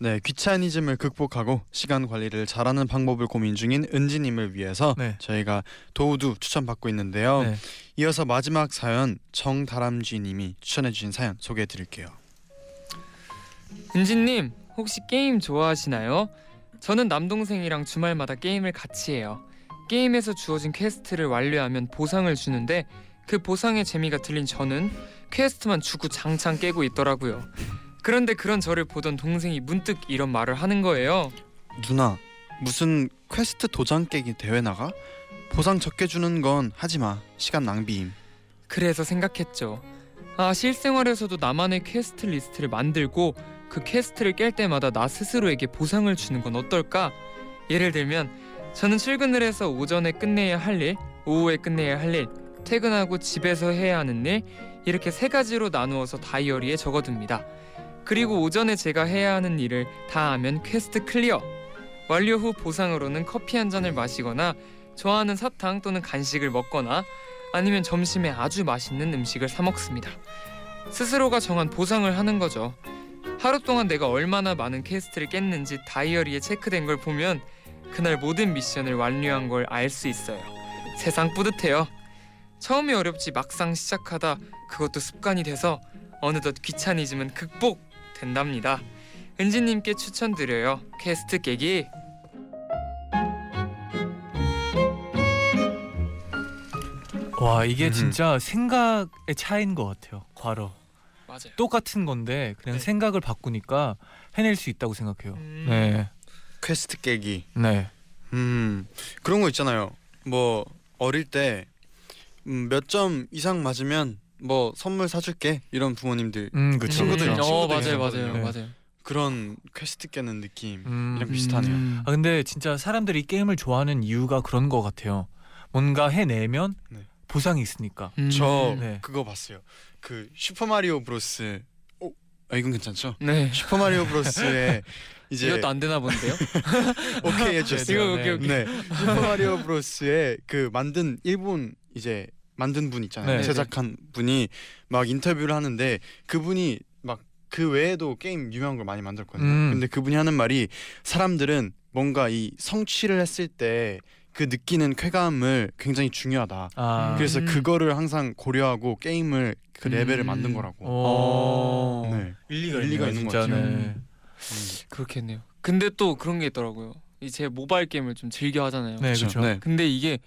Speaker 4: 네, 귀차니즘을 극복하고 시간 관리를 잘하는 방법을 고민 중인 은지님을 위해서
Speaker 2: 네.
Speaker 4: 저희가 도우두 추천받고 있는데요.
Speaker 2: 네.
Speaker 4: 이어서 마지막 사연 정다람쥐님이 추천해주신 사연 소개해드릴게요.
Speaker 6: 은진님 혹시 게임 좋아하시나요? 저는 남동생이랑 주말마다 게임을 같이 해요. 게임에서 주어진 퀘스트를 완료하면 보상을 주는데 그 보상의 재미가 들린 저는 퀘스트만 주고 장창 깨고 있더라고요. 그런데 그런 저를 보던 동생이 문득 이런 말을 하는 거예요.
Speaker 4: 누나 무슨 퀘스트 도장 깨기 대회 나가? 보상 적게 주는 건 하지마 시간 낭비임.
Speaker 6: 그래서 생각했죠. 아, 실생활에서도 나만의 퀘스트 리스트를 만들고 그 퀘스트를 깰 때마다 나 스스로에게 보상을 주는 건 어떨까? 예를 들면 저는 출근을 해서 오전에 끝내야 할 일, 오후에 끝내야 할 일, 퇴근하고 집에서 해야 하는 일 이렇게 세 가지로 나누어서 다이어리에 적어둡니다. 그리고 오전에 제가 해야 하는 일을 다 하면 퀘스트 클리어. 완료 후 보상으로는 커피 한 잔을 마시거나 좋아하는 사탕 또는 간식을 먹거나 아니면 점심에 아주 맛있는 음식을 사 먹습니다. 스스로가 정한 보상을 하는 거죠. 하루 동안 내가 얼마나 많은 퀘스트를 깼는지 다이어리에 체크된 걸 보면 그날 모든 미션을 완료한 걸 알 수 있어요. 세상 뿌듯해요. 처음이 어렵지 막상 시작하다 그것도 습관이 돼서 어느덧 귀차니즘은 극복 된답니다. 은지님께 추천드려요. 퀘스트 깨기.
Speaker 2: 와 이게
Speaker 4: 음.
Speaker 2: 진짜 생각의 차이인 것 같아요. 과로
Speaker 6: 맞아요.
Speaker 2: 똑같은 건데 그냥
Speaker 6: 네.
Speaker 2: 생각을 바꾸니까 해낼 수 있다고 생각해요.
Speaker 6: 음.
Speaker 2: 네,
Speaker 4: 퀘스트 깨기.
Speaker 2: 네,
Speaker 4: 음 그런 거 있잖아요. 뭐 어릴 때 몇 점 이상 맞으면 뭐 선물 사줄게 이런 부모님들
Speaker 2: 음 그렇죠.
Speaker 4: 친구들,
Speaker 6: 음, 어
Speaker 4: 친구들이
Speaker 6: 맞아요, 맞아요,
Speaker 2: 있거든요.
Speaker 6: 맞아요.
Speaker 4: 그런 퀘스트 깨는 느낌.
Speaker 2: 음.
Speaker 4: 이런 비슷하네요.
Speaker 6: 음.
Speaker 2: 아 근데 진짜 사람들이 게임을 좋아하는 이유가 그런 것 같아요. 뭔가 해내면
Speaker 4: 네.
Speaker 2: 보상이 있으니까.
Speaker 6: 음.
Speaker 4: 저
Speaker 2: 네.
Speaker 4: 그거 봤어요. 그 슈퍼 마리오 브로스. 오, 아, 이건 괜찮죠?
Speaker 6: 네.
Speaker 4: 슈퍼 마리오 브로스의 이제
Speaker 6: 이것도 안 되나 본데요?
Speaker 4: 오케이 해줬어요.
Speaker 6: 이거 오케이 오케이.
Speaker 4: 네, 슈퍼 마리오 브로스의 그 만든 일본 이제 만든 분 있잖아요.
Speaker 2: 네.
Speaker 4: 제작한 분이 막 인터뷰를 하는데 그분이 막 그 외에도 게임 유명한 걸 많이 만들었거든요.
Speaker 2: 음.
Speaker 4: 근데 그분이 하는 말이 사람들은 뭔가 이 성취를 했을 때 그 느끼는 쾌감을 굉장히 중요하다.
Speaker 2: 아,
Speaker 6: 그래서-
Speaker 4: 그래서
Speaker 6: 음.
Speaker 4: 그거를 항상 고려하고 게임을 그 레벨을
Speaker 6: 음.
Speaker 4: 만든 거라고.
Speaker 2: 오,
Speaker 4: 네.
Speaker 2: 일리가, 있네요,
Speaker 4: 일리가 있는 것
Speaker 2: 어. 진짜.
Speaker 4: 같아요.
Speaker 2: 네.
Speaker 6: 음. 그렇겠네요. 근데 또 그런 게 있더라고요. 이 제 모바일 게임을 좀 즐겨 하잖아요.
Speaker 2: 네, 그렇죠.
Speaker 4: 네.
Speaker 6: 근데 이게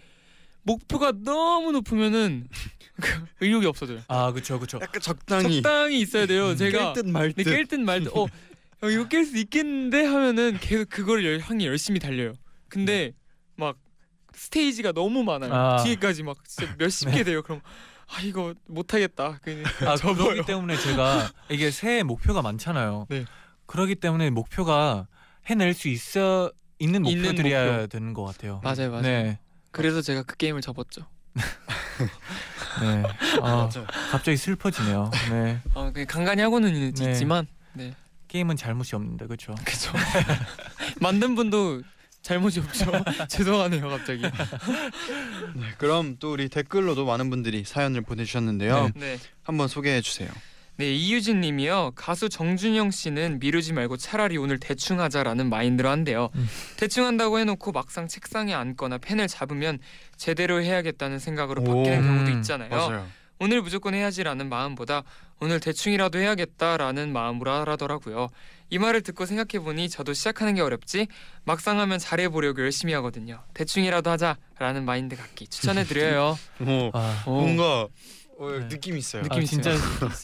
Speaker 6: 목표가 너무 높으면은 그 의욕이 없어져요.
Speaker 2: 아 그렇죠, 그렇죠.
Speaker 4: 약간 적당히 음.
Speaker 6: 적당히 있어야 돼요. 제가
Speaker 4: 깰듯 말듯.
Speaker 6: 근데 깰 듯 말듯 어 야, 이거 깰
Speaker 4: 네.
Speaker 6: 수 있겠는데 하면은 계속 그거를 열, 향이 열심히 달려요. 근데 막 스테이지가 너무 많아요.
Speaker 2: 아.
Speaker 6: 뒤에까지 막 진짜 몇십
Speaker 4: 네.
Speaker 6: 개 돼요. 그럼 아 이거 못 하겠다. 그냥
Speaker 2: 아,
Speaker 6: 접어요.
Speaker 2: 그렇기 때문에 제가 이게 새해 목표가 많잖아요.
Speaker 6: 네.
Speaker 2: 그렇기 때문에 목표가 해낼 수 있어 있는
Speaker 6: 있는
Speaker 2: 목표들이어야
Speaker 6: 목표.
Speaker 2: 되는 것 같아요.
Speaker 6: 맞아요, 맞아요.
Speaker 2: 네.
Speaker 6: 그래서 제가 그 게임을 접었죠.
Speaker 2: 네. 아,
Speaker 4: 맞아요.
Speaker 2: 갑자기 슬퍼지네요. 네.
Speaker 6: 어, 그냥 간간히 하고는 있-
Speaker 2: 네.
Speaker 6: 있지만
Speaker 2: 게임은 잘못이 없는데 그렇죠.
Speaker 6: 그죠. 만든 분도 잘못이 없죠. 죄송하네요, 갑자기.
Speaker 4: 네, 그럼 또 우리 댓글로도 많은 분들이 사연을 보내주셨는데요.
Speaker 2: 네.
Speaker 6: 네.
Speaker 4: 한번 소개해 주세요.
Speaker 6: 네 이유진 님이요 가수 정준영 씨는 미루지 말고 차라리 오늘 대충 하자라는 마인드로 한대요
Speaker 2: 음.
Speaker 6: 대충 한다고 해놓고 막상 책상에 앉거나 펜을 잡으면 제대로 해야겠다는 생각으로
Speaker 4: 오.
Speaker 6: 바뀌는 경우도
Speaker 2: 음,
Speaker 6: 있잖아요 오늘 무조건 해야지라는 마음보다 오늘 대충이라도 해야겠다라는 마음으로 하라더라고요 이 말을 듣고 생각해보니 저도 시작하는 게 어렵지 막상 하면 잘해보려고 열심히 하거든요 대충이라도 하자라는 마인드 갖기 추천해드려요 음.
Speaker 4: 오,
Speaker 2: 아,
Speaker 6: 오,
Speaker 4: 뭐 뭔가 어,
Speaker 2: 네.
Speaker 4: 느낌 있어요.
Speaker 2: 아,
Speaker 6: 느낌 있어요.
Speaker 2: 진짜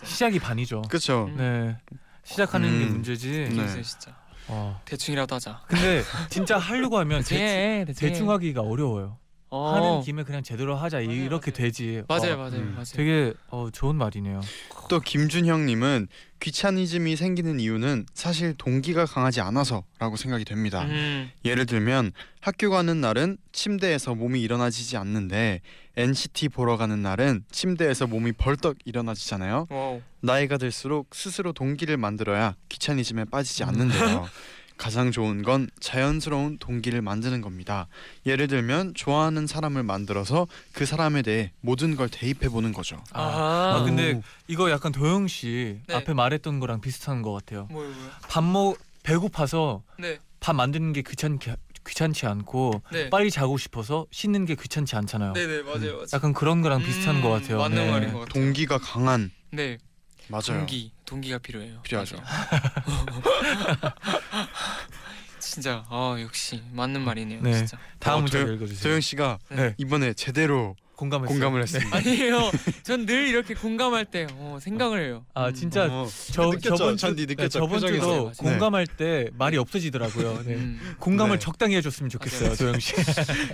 Speaker 2: 시작이 반이죠.
Speaker 4: 그렇죠.
Speaker 6: 음.
Speaker 2: 네. 시작하는 게
Speaker 4: 음.
Speaker 2: 문제지.
Speaker 4: 네.
Speaker 6: 있어요, 진짜
Speaker 2: 어.
Speaker 6: 대충이라도 하자
Speaker 2: 근데 진짜 하려고 하면
Speaker 6: 대충,
Speaker 2: 대충,
Speaker 6: 해, 대충 해.
Speaker 2: 대충 하기가 어려워요.
Speaker 6: 네. 어.
Speaker 2: 하는 김에 그냥 제대로 하자 이렇게 되지.
Speaker 6: 맞아요,
Speaker 2: 어,
Speaker 6: 맞아요,
Speaker 4: 음.
Speaker 6: 맞아요.
Speaker 2: 되게 어, 좋은 말이네요.
Speaker 4: 또 김준형님은 귀차니즘이 생기는 이유는 사실 동기가 강하지 않아서라고 생각이 됩니다.
Speaker 6: 음,
Speaker 4: 예를 들면 학교 가는 날은 침대에서 몸이 일어나지지 않는데 NCT 보러 가는 날은 침대에서 몸이 벌떡 일어나지잖아요.
Speaker 6: 와우.
Speaker 4: 나이가 들수록 스스로 동기를 만들어야 귀차니즘에 빠지지
Speaker 2: 음.
Speaker 4: 않는데요. 가장 좋은 건 자연스러운 동기를 만드는 겁니다. 예를 들면 좋아하는 사람을 만들어서 그 사람에 대해 모든 걸 대입해 보는 거죠. 음,
Speaker 6: 아,
Speaker 2: 아, 근데 이거 약간 도영 씨
Speaker 6: 네.
Speaker 2: 앞에 말했던 거랑 비슷한 것 같아요.
Speaker 6: 뭐요, 뭐요?
Speaker 2: 밥 먹 배고파서
Speaker 6: 네,
Speaker 2: 밥 만드는 게 귀찮게 귀찮지 않고
Speaker 6: 네,
Speaker 2: 빨리 자고 싶어서 씻는 게 귀찮지 않잖아요.
Speaker 6: 네, 네, 맞아요, 맞아요.
Speaker 2: 약간 그런 거랑 비슷한
Speaker 6: 음,
Speaker 2: 것 같아요.
Speaker 6: 맞는
Speaker 2: 네.
Speaker 6: 말인 것 같아요.
Speaker 4: 동기가 강한
Speaker 6: 네,
Speaker 4: 맞아요.
Speaker 6: 동기, 동기가 필요해요.
Speaker 4: 필요하죠.
Speaker 6: 맞아요. 진짜, 아 역시 맞는 말이네요,
Speaker 2: 네.
Speaker 6: 진짜.
Speaker 2: 다음
Speaker 4: 어,
Speaker 2: 문제
Speaker 4: 도영-
Speaker 2: 읽어주세요.
Speaker 4: 도영 씨가
Speaker 2: 네.
Speaker 4: 이번에 제대로
Speaker 2: 공감했어요.
Speaker 4: 공감을 했습니다.
Speaker 6: 아니에요, 전 늘 이렇게 공감할 때 어, 생각을 해요.
Speaker 2: 아
Speaker 6: 음.
Speaker 2: 진짜
Speaker 4: 어,
Speaker 2: 저
Speaker 4: 느꼈죠?
Speaker 2: 저번 주 네,
Speaker 4: 잔디 느꼈죠?
Speaker 2: 저번
Speaker 4: 표정에서.
Speaker 2: 주도
Speaker 6: 맞아요.
Speaker 2: 공감할 때 말이 없어지더라고요. 네.
Speaker 6: 네. 음.
Speaker 2: 공감을
Speaker 4: 네.
Speaker 2: 적당히 해줬으면 좋겠어요,
Speaker 6: 맞아요.
Speaker 2: 도영 씨.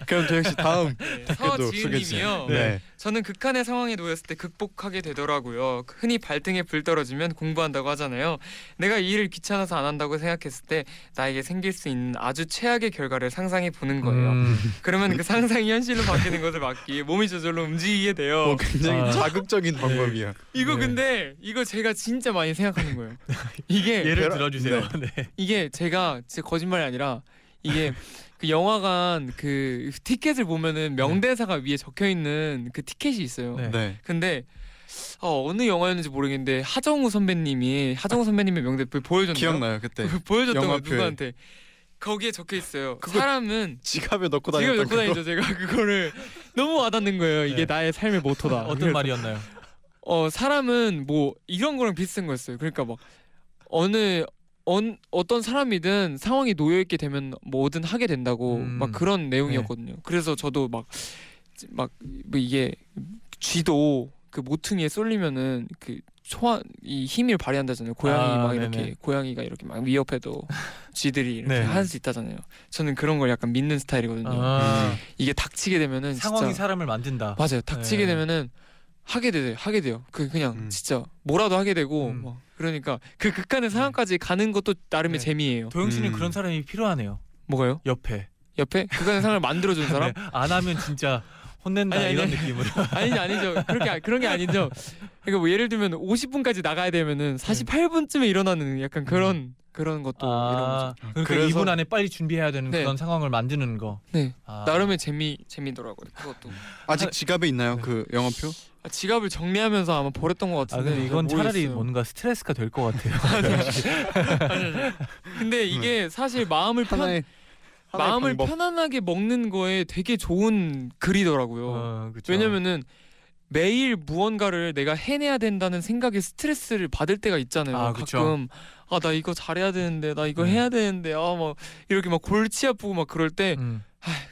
Speaker 4: 그럼 도영 씨 다음
Speaker 6: 네,
Speaker 4: 댓글도
Speaker 6: 서지은님이요.
Speaker 4: 소개해주세요. 네.
Speaker 6: 저는 극한의 상황에 놓였을 때 극복하게 되더라고요. 흔히 발등에 불 떨어지면 공부한다고 하잖아요. 내가 이 일을 귀찮아서 안 한다고 생각했을 때 나에게 생길 수 있는 아주 최악의 결과를 상상해 보는 거예요.
Speaker 2: 음.
Speaker 6: 그러면 그 상상이 현실로 바뀌는 것을 막기 위해 몸이 저절로 움직이게 돼요.
Speaker 4: 어, 굉장히
Speaker 2: 아.
Speaker 4: 자극적인 방법이야.
Speaker 6: 이거
Speaker 2: 네.
Speaker 6: 근데 이거 제가 진짜 많이 생각하는 거예요. 이게
Speaker 2: 예를
Speaker 4: 벼락-
Speaker 2: 들어주세요. 네.
Speaker 6: 이게 제가 진짜 거짓말이 아니라 이게 그 영화관 그 티켓을 보면은 명대사가 위에 적혀 있는 그 티켓이 있어요.
Speaker 2: 네.
Speaker 4: 네.
Speaker 6: 근데 어, 어느 영화였는지 모르겠는데 하정우 선배님이 하정우 선배님의 명대 그 보여줬나요?
Speaker 4: 기억나요 그때
Speaker 6: 보여줬던 거
Speaker 4: 영화표에.
Speaker 6: 누구한테 거기에 적혀 있어요.
Speaker 4: 그거
Speaker 6: 사람은
Speaker 4: 지갑에 넣고
Speaker 6: 지금
Speaker 4: 다녔던
Speaker 6: 놓고
Speaker 4: 거.
Speaker 6: 다니죠. 제가 그거를 너무 와닿는 거예요. 이게
Speaker 2: 네.
Speaker 6: 나의 삶의 모토다.
Speaker 2: 어떤
Speaker 6: 아, 그래서
Speaker 2: 말이었나요?
Speaker 6: 어 사람은 뭐 이런 거랑 비슷한 거였어요. 그러니까 막 어느 언, 어떤 사람이든 상황이 놓여 있게 되면 뭐든 하게 된다고
Speaker 2: 음.
Speaker 6: 막 그런 내용이었거든요. 그래서 저도 막막뭐 이게 쥐도 그 모퉁이에 쏠리면은 그 소환 이 힘을 발휘한다잖아요. 고양이
Speaker 2: 아,
Speaker 6: 막 이렇게
Speaker 2: 네네.
Speaker 6: 고양이가 이렇게 막 위협해도 쥐들이 이렇게
Speaker 2: 네.
Speaker 6: 할 수 있다잖아요. 저는 그런 걸 약간 믿는 스타일이거든요.
Speaker 4: 음.
Speaker 2: 아,
Speaker 6: 이게 닥치게 되면은
Speaker 2: 상황이
Speaker 6: 네. 음. 진짜
Speaker 2: 사람을 만든다.
Speaker 6: 맞아요. 닥치게
Speaker 2: 네.
Speaker 6: 되면은 하게 돼, 하게 돼요. 그 그냥
Speaker 4: 음.
Speaker 6: 진짜 뭐라도 하게 되고
Speaker 2: 음.
Speaker 6: 막 그러니까 그 극한의 상황까지 가는 것도 나름의
Speaker 2: 네.
Speaker 6: 재미예요.
Speaker 2: 도영 씨는
Speaker 4: 음.
Speaker 2: 그런 사람이 필요하네요.
Speaker 6: 뭐가요?
Speaker 2: 옆에
Speaker 6: 옆에 극한의 상황을 만들어 준 사람?
Speaker 2: 네. 안 하면 진짜 혼낸다
Speaker 6: 아니, 아니,
Speaker 2: 이런
Speaker 6: 아니.
Speaker 2: 느낌으로.
Speaker 6: 아니죠, 아니죠. 그렇게 아- 그런 게 아니죠. 그러니까 뭐 예를 들면 50분까지 나가야 되면은 48분쯤에 일어나는 약간 그런 그런 것도 이런 거죠.
Speaker 2: 네. 음. 아, 그러니까
Speaker 4: 그래서-
Speaker 2: 2분 안에 빨리 준비해야 되는
Speaker 6: 네.
Speaker 2: 그런 상황을 만드는 거.
Speaker 6: 네.
Speaker 2: 아.
Speaker 6: 나름의 재미 재미더라고요. 그것도
Speaker 4: 아직 지갑에 있나요 그 영화표?
Speaker 6: 아, 지갑을 정리하면서 아마 버렸던 것
Speaker 2: 아
Speaker 6: 같은데.
Speaker 2: 근데 이건 차라리 뭐
Speaker 6: 모르겠어요.
Speaker 2: 뭔가 스트레스가 될 것 같아요.
Speaker 6: 근데 이게 사실 마음을 편
Speaker 4: 하나의 하나의
Speaker 6: 마음을
Speaker 4: 방법.
Speaker 6: 편안하게 먹는 거에 되게 좋은 글이더라고요.
Speaker 2: 어, 그쵸.
Speaker 6: 그렇죠. 왜냐면은 매일 무언가를 내가 해내야 된다는 생각에 스트레스를 받을 때가 있잖아요.
Speaker 2: 아, 그쵸.
Speaker 6: 가끔 아 나 이거 잘해야 되는데 나 이거
Speaker 2: 음.
Speaker 6: 해야 되는데 아 막 이렇게 막 골치 아프고 막 그럴 때
Speaker 2: 음,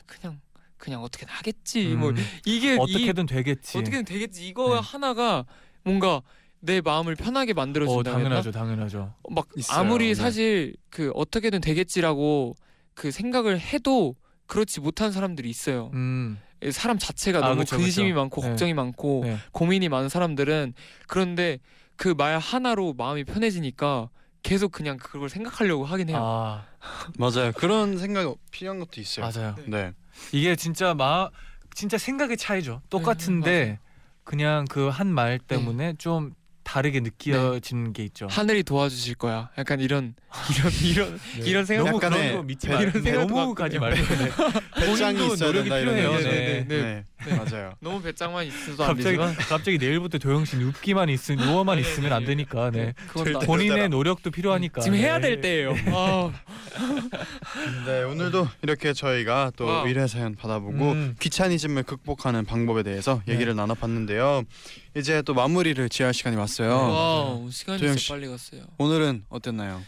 Speaker 6: 그냥 그냥 어떻게든 하겠지
Speaker 2: 음,
Speaker 6: 뭐 이게 이,
Speaker 2: 어떻게든 되겠지.
Speaker 6: 어떻게든 되겠지 이거
Speaker 2: 네.
Speaker 6: 하나가 뭔가 내 마음을 편하게
Speaker 2: 어,
Speaker 6: 만들어준다 했나?
Speaker 2: 당연하죠, 당연하죠.
Speaker 6: 막
Speaker 4: 있어요.
Speaker 6: 아무리
Speaker 4: 네.
Speaker 6: 사실 그 어떻게든 되겠지라고 그 생각을 해도 그렇지 못한 사람들이 있어요. 예,
Speaker 2: 음.
Speaker 6: 사람 자체가
Speaker 2: 아,
Speaker 6: 너무
Speaker 2: 그쵸,
Speaker 6: 근심이
Speaker 2: 그쵸.
Speaker 6: 많고
Speaker 2: 네.
Speaker 6: 걱정이 많고
Speaker 2: 네.
Speaker 6: 고민이 많은 사람들은 그런데 그 말 하나로 마음이 편해지니까 계속 그냥 그걸 생각하려고 하긴 해요.
Speaker 2: 아
Speaker 4: 맞아요. 그런 생각 필요한 것도 있어요.
Speaker 2: 맞아요.
Speaker 4: 네.
Speaker 2: 이게 진짜 마 진짜 생각의
Speaker 6: 네,
Speaker 2: 차이죠. 똑같은데 그냥 그 한 말 때문에 좀 다르게 느껴지는 게 있죠.
Speaker 6: 네. 하늘이 도와주실 거야. 약간 이런 이런 이런 이런 생각.
Speaker 2: 네. 너무
Speaker 4: 약간의
Speaker 2: 그런 거 믿지
Speaker 4: 배-
Speaker 2: 마.
Speaker 6: 이런 생각도
Speaker 2: 너무
Speaker 6: 갖고
Speaker 2: 가지
Speaker 6: 있네요.
Speaker 2: 말고
Speaker 4: 배짱이
Speaker 2: 본인도
Speaker 4: 있어야
Speaker 2: 노력이
Speaker 4: 된다 이런
Speaker 2: 필요해요.
Speaker 4: 얘기죠.
Speaker 2: 네,
Speaker 4: 네. 네. 맞아요.
Speaker 6: 너무 배짱만 있어도 안
Speaker 2: 갑자기
Speaker 6: 되지만
Speaker 2: 갑자기 내일부터 조영신 웃기만 있으
Speaker 6: 네.
Speaker 2: 누워만 있으면 안 되니까 네.
Speaker 6: 그건 나-
Speaker 2: 본인의 노력도 필요하니까
Speaker 6: 지금 해야
Speaker 2: 네.
Speaker 6: 될 때예요. 아,
Speaker 4: 네, 오늘도 이렇게 저희가 또
Speaker 6: 와우.
Speaker 4: 의뢰 사연 받아보고
Speaker 2: 음.
Speaker 4: 귀차니즘을 극복하는 방법에 대해서 얘기를 나눠봤는데요. 이제 또 마무리를 지할 시간이 왔어요.
Speaker 6: 와우, 시간이
Speaker 4: 도영 씨.
Speaker 6: 진짜 빨리 갔어요.
Speaker 4: 오늘은 어땠나요?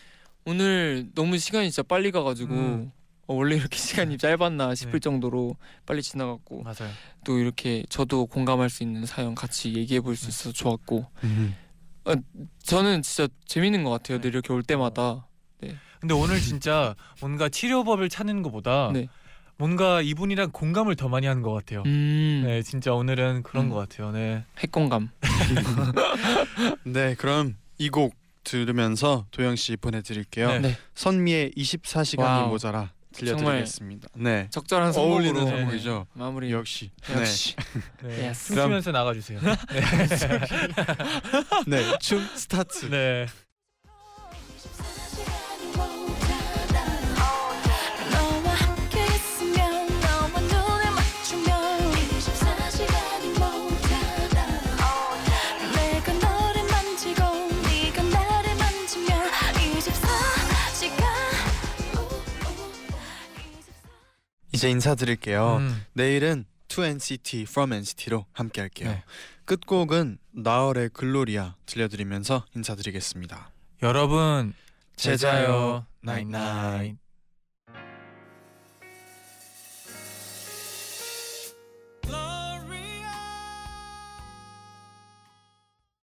Speaker 6: 오늘 너무 시간이 진짜 빨리 가가지고
Speaker 2: 음.
Speaker 6: 어, 원래 이렇게 시간이 짧았나 싶을
Speaker 2: 네.
Speaker 6: 정도로 빨리 지나갔고
Speaker 2: 맞아요.
Speaker 6: 또 이렇게 저도 공감할 수 있는 사연 같이 얘기해 볼 수 있어서 좋았고 저는 진짜 재밌는 것 같아요. 늘 이렇게 올 때마다
Speaker 2: 근데 오늘 진짜 뭔가 치료법을 찾는 것보다
Speaker 6: 네.
Speaker 2: 뭔가 이분이랑 공감을 더 많이 하는 것 아. 같아요.
Speaker 6: 음,
Speaker 2: 네, 진짜 오늘은 그런
Speaker 6: 음.
Speaker 2: 것 같아요. 네.
Speaker 6: 핵공감.
Speaker 4: 네, 그럼 이 곡 들으면서 도영 씨 보내드릴게요.
Speaker 2: 네.
Speaker 6: 네.
Speaker 4: 선미의 24시간이
Speaker 6: 와우.
Speaker 4: 모자라 들려드리겠습니다. 네,
Speaker 6: 적절한
Speaker 4: 어울리는
Speaker 6: 선곡으로
Speaker 2: 선곡.
Speaker 4: 제목이죠.
Speaker 6: 마무리.
Speaker 4: 역시.
Speaker 6: 역시.
Speaker 2: 네.
Speaker 6: Yes.
Speaker 2: 춤추면서 나가주세요.
Speaker 4: 네, 네, 춤 스타트.
Speaker 2: 네.
Speaker 5: 너와 함께 있으면 너와 눈을 맞추면 24시간이 모자라 내가 너를 만지고 네가 나를 만지면 24시간
Speaker 4: 이제 인사드릴게요.
Speaker 2: 음.
Speaker 4: 내일은 To NCT From NCT로 함께할게요.
Speaker 2: 네.
Speaker 4: 끝곡은 나얼의 글로리아 들려드리면서 인사드리겠습니다.
Speaker 2: 여러분
Speaker 4: 제자요, 나잇나잇.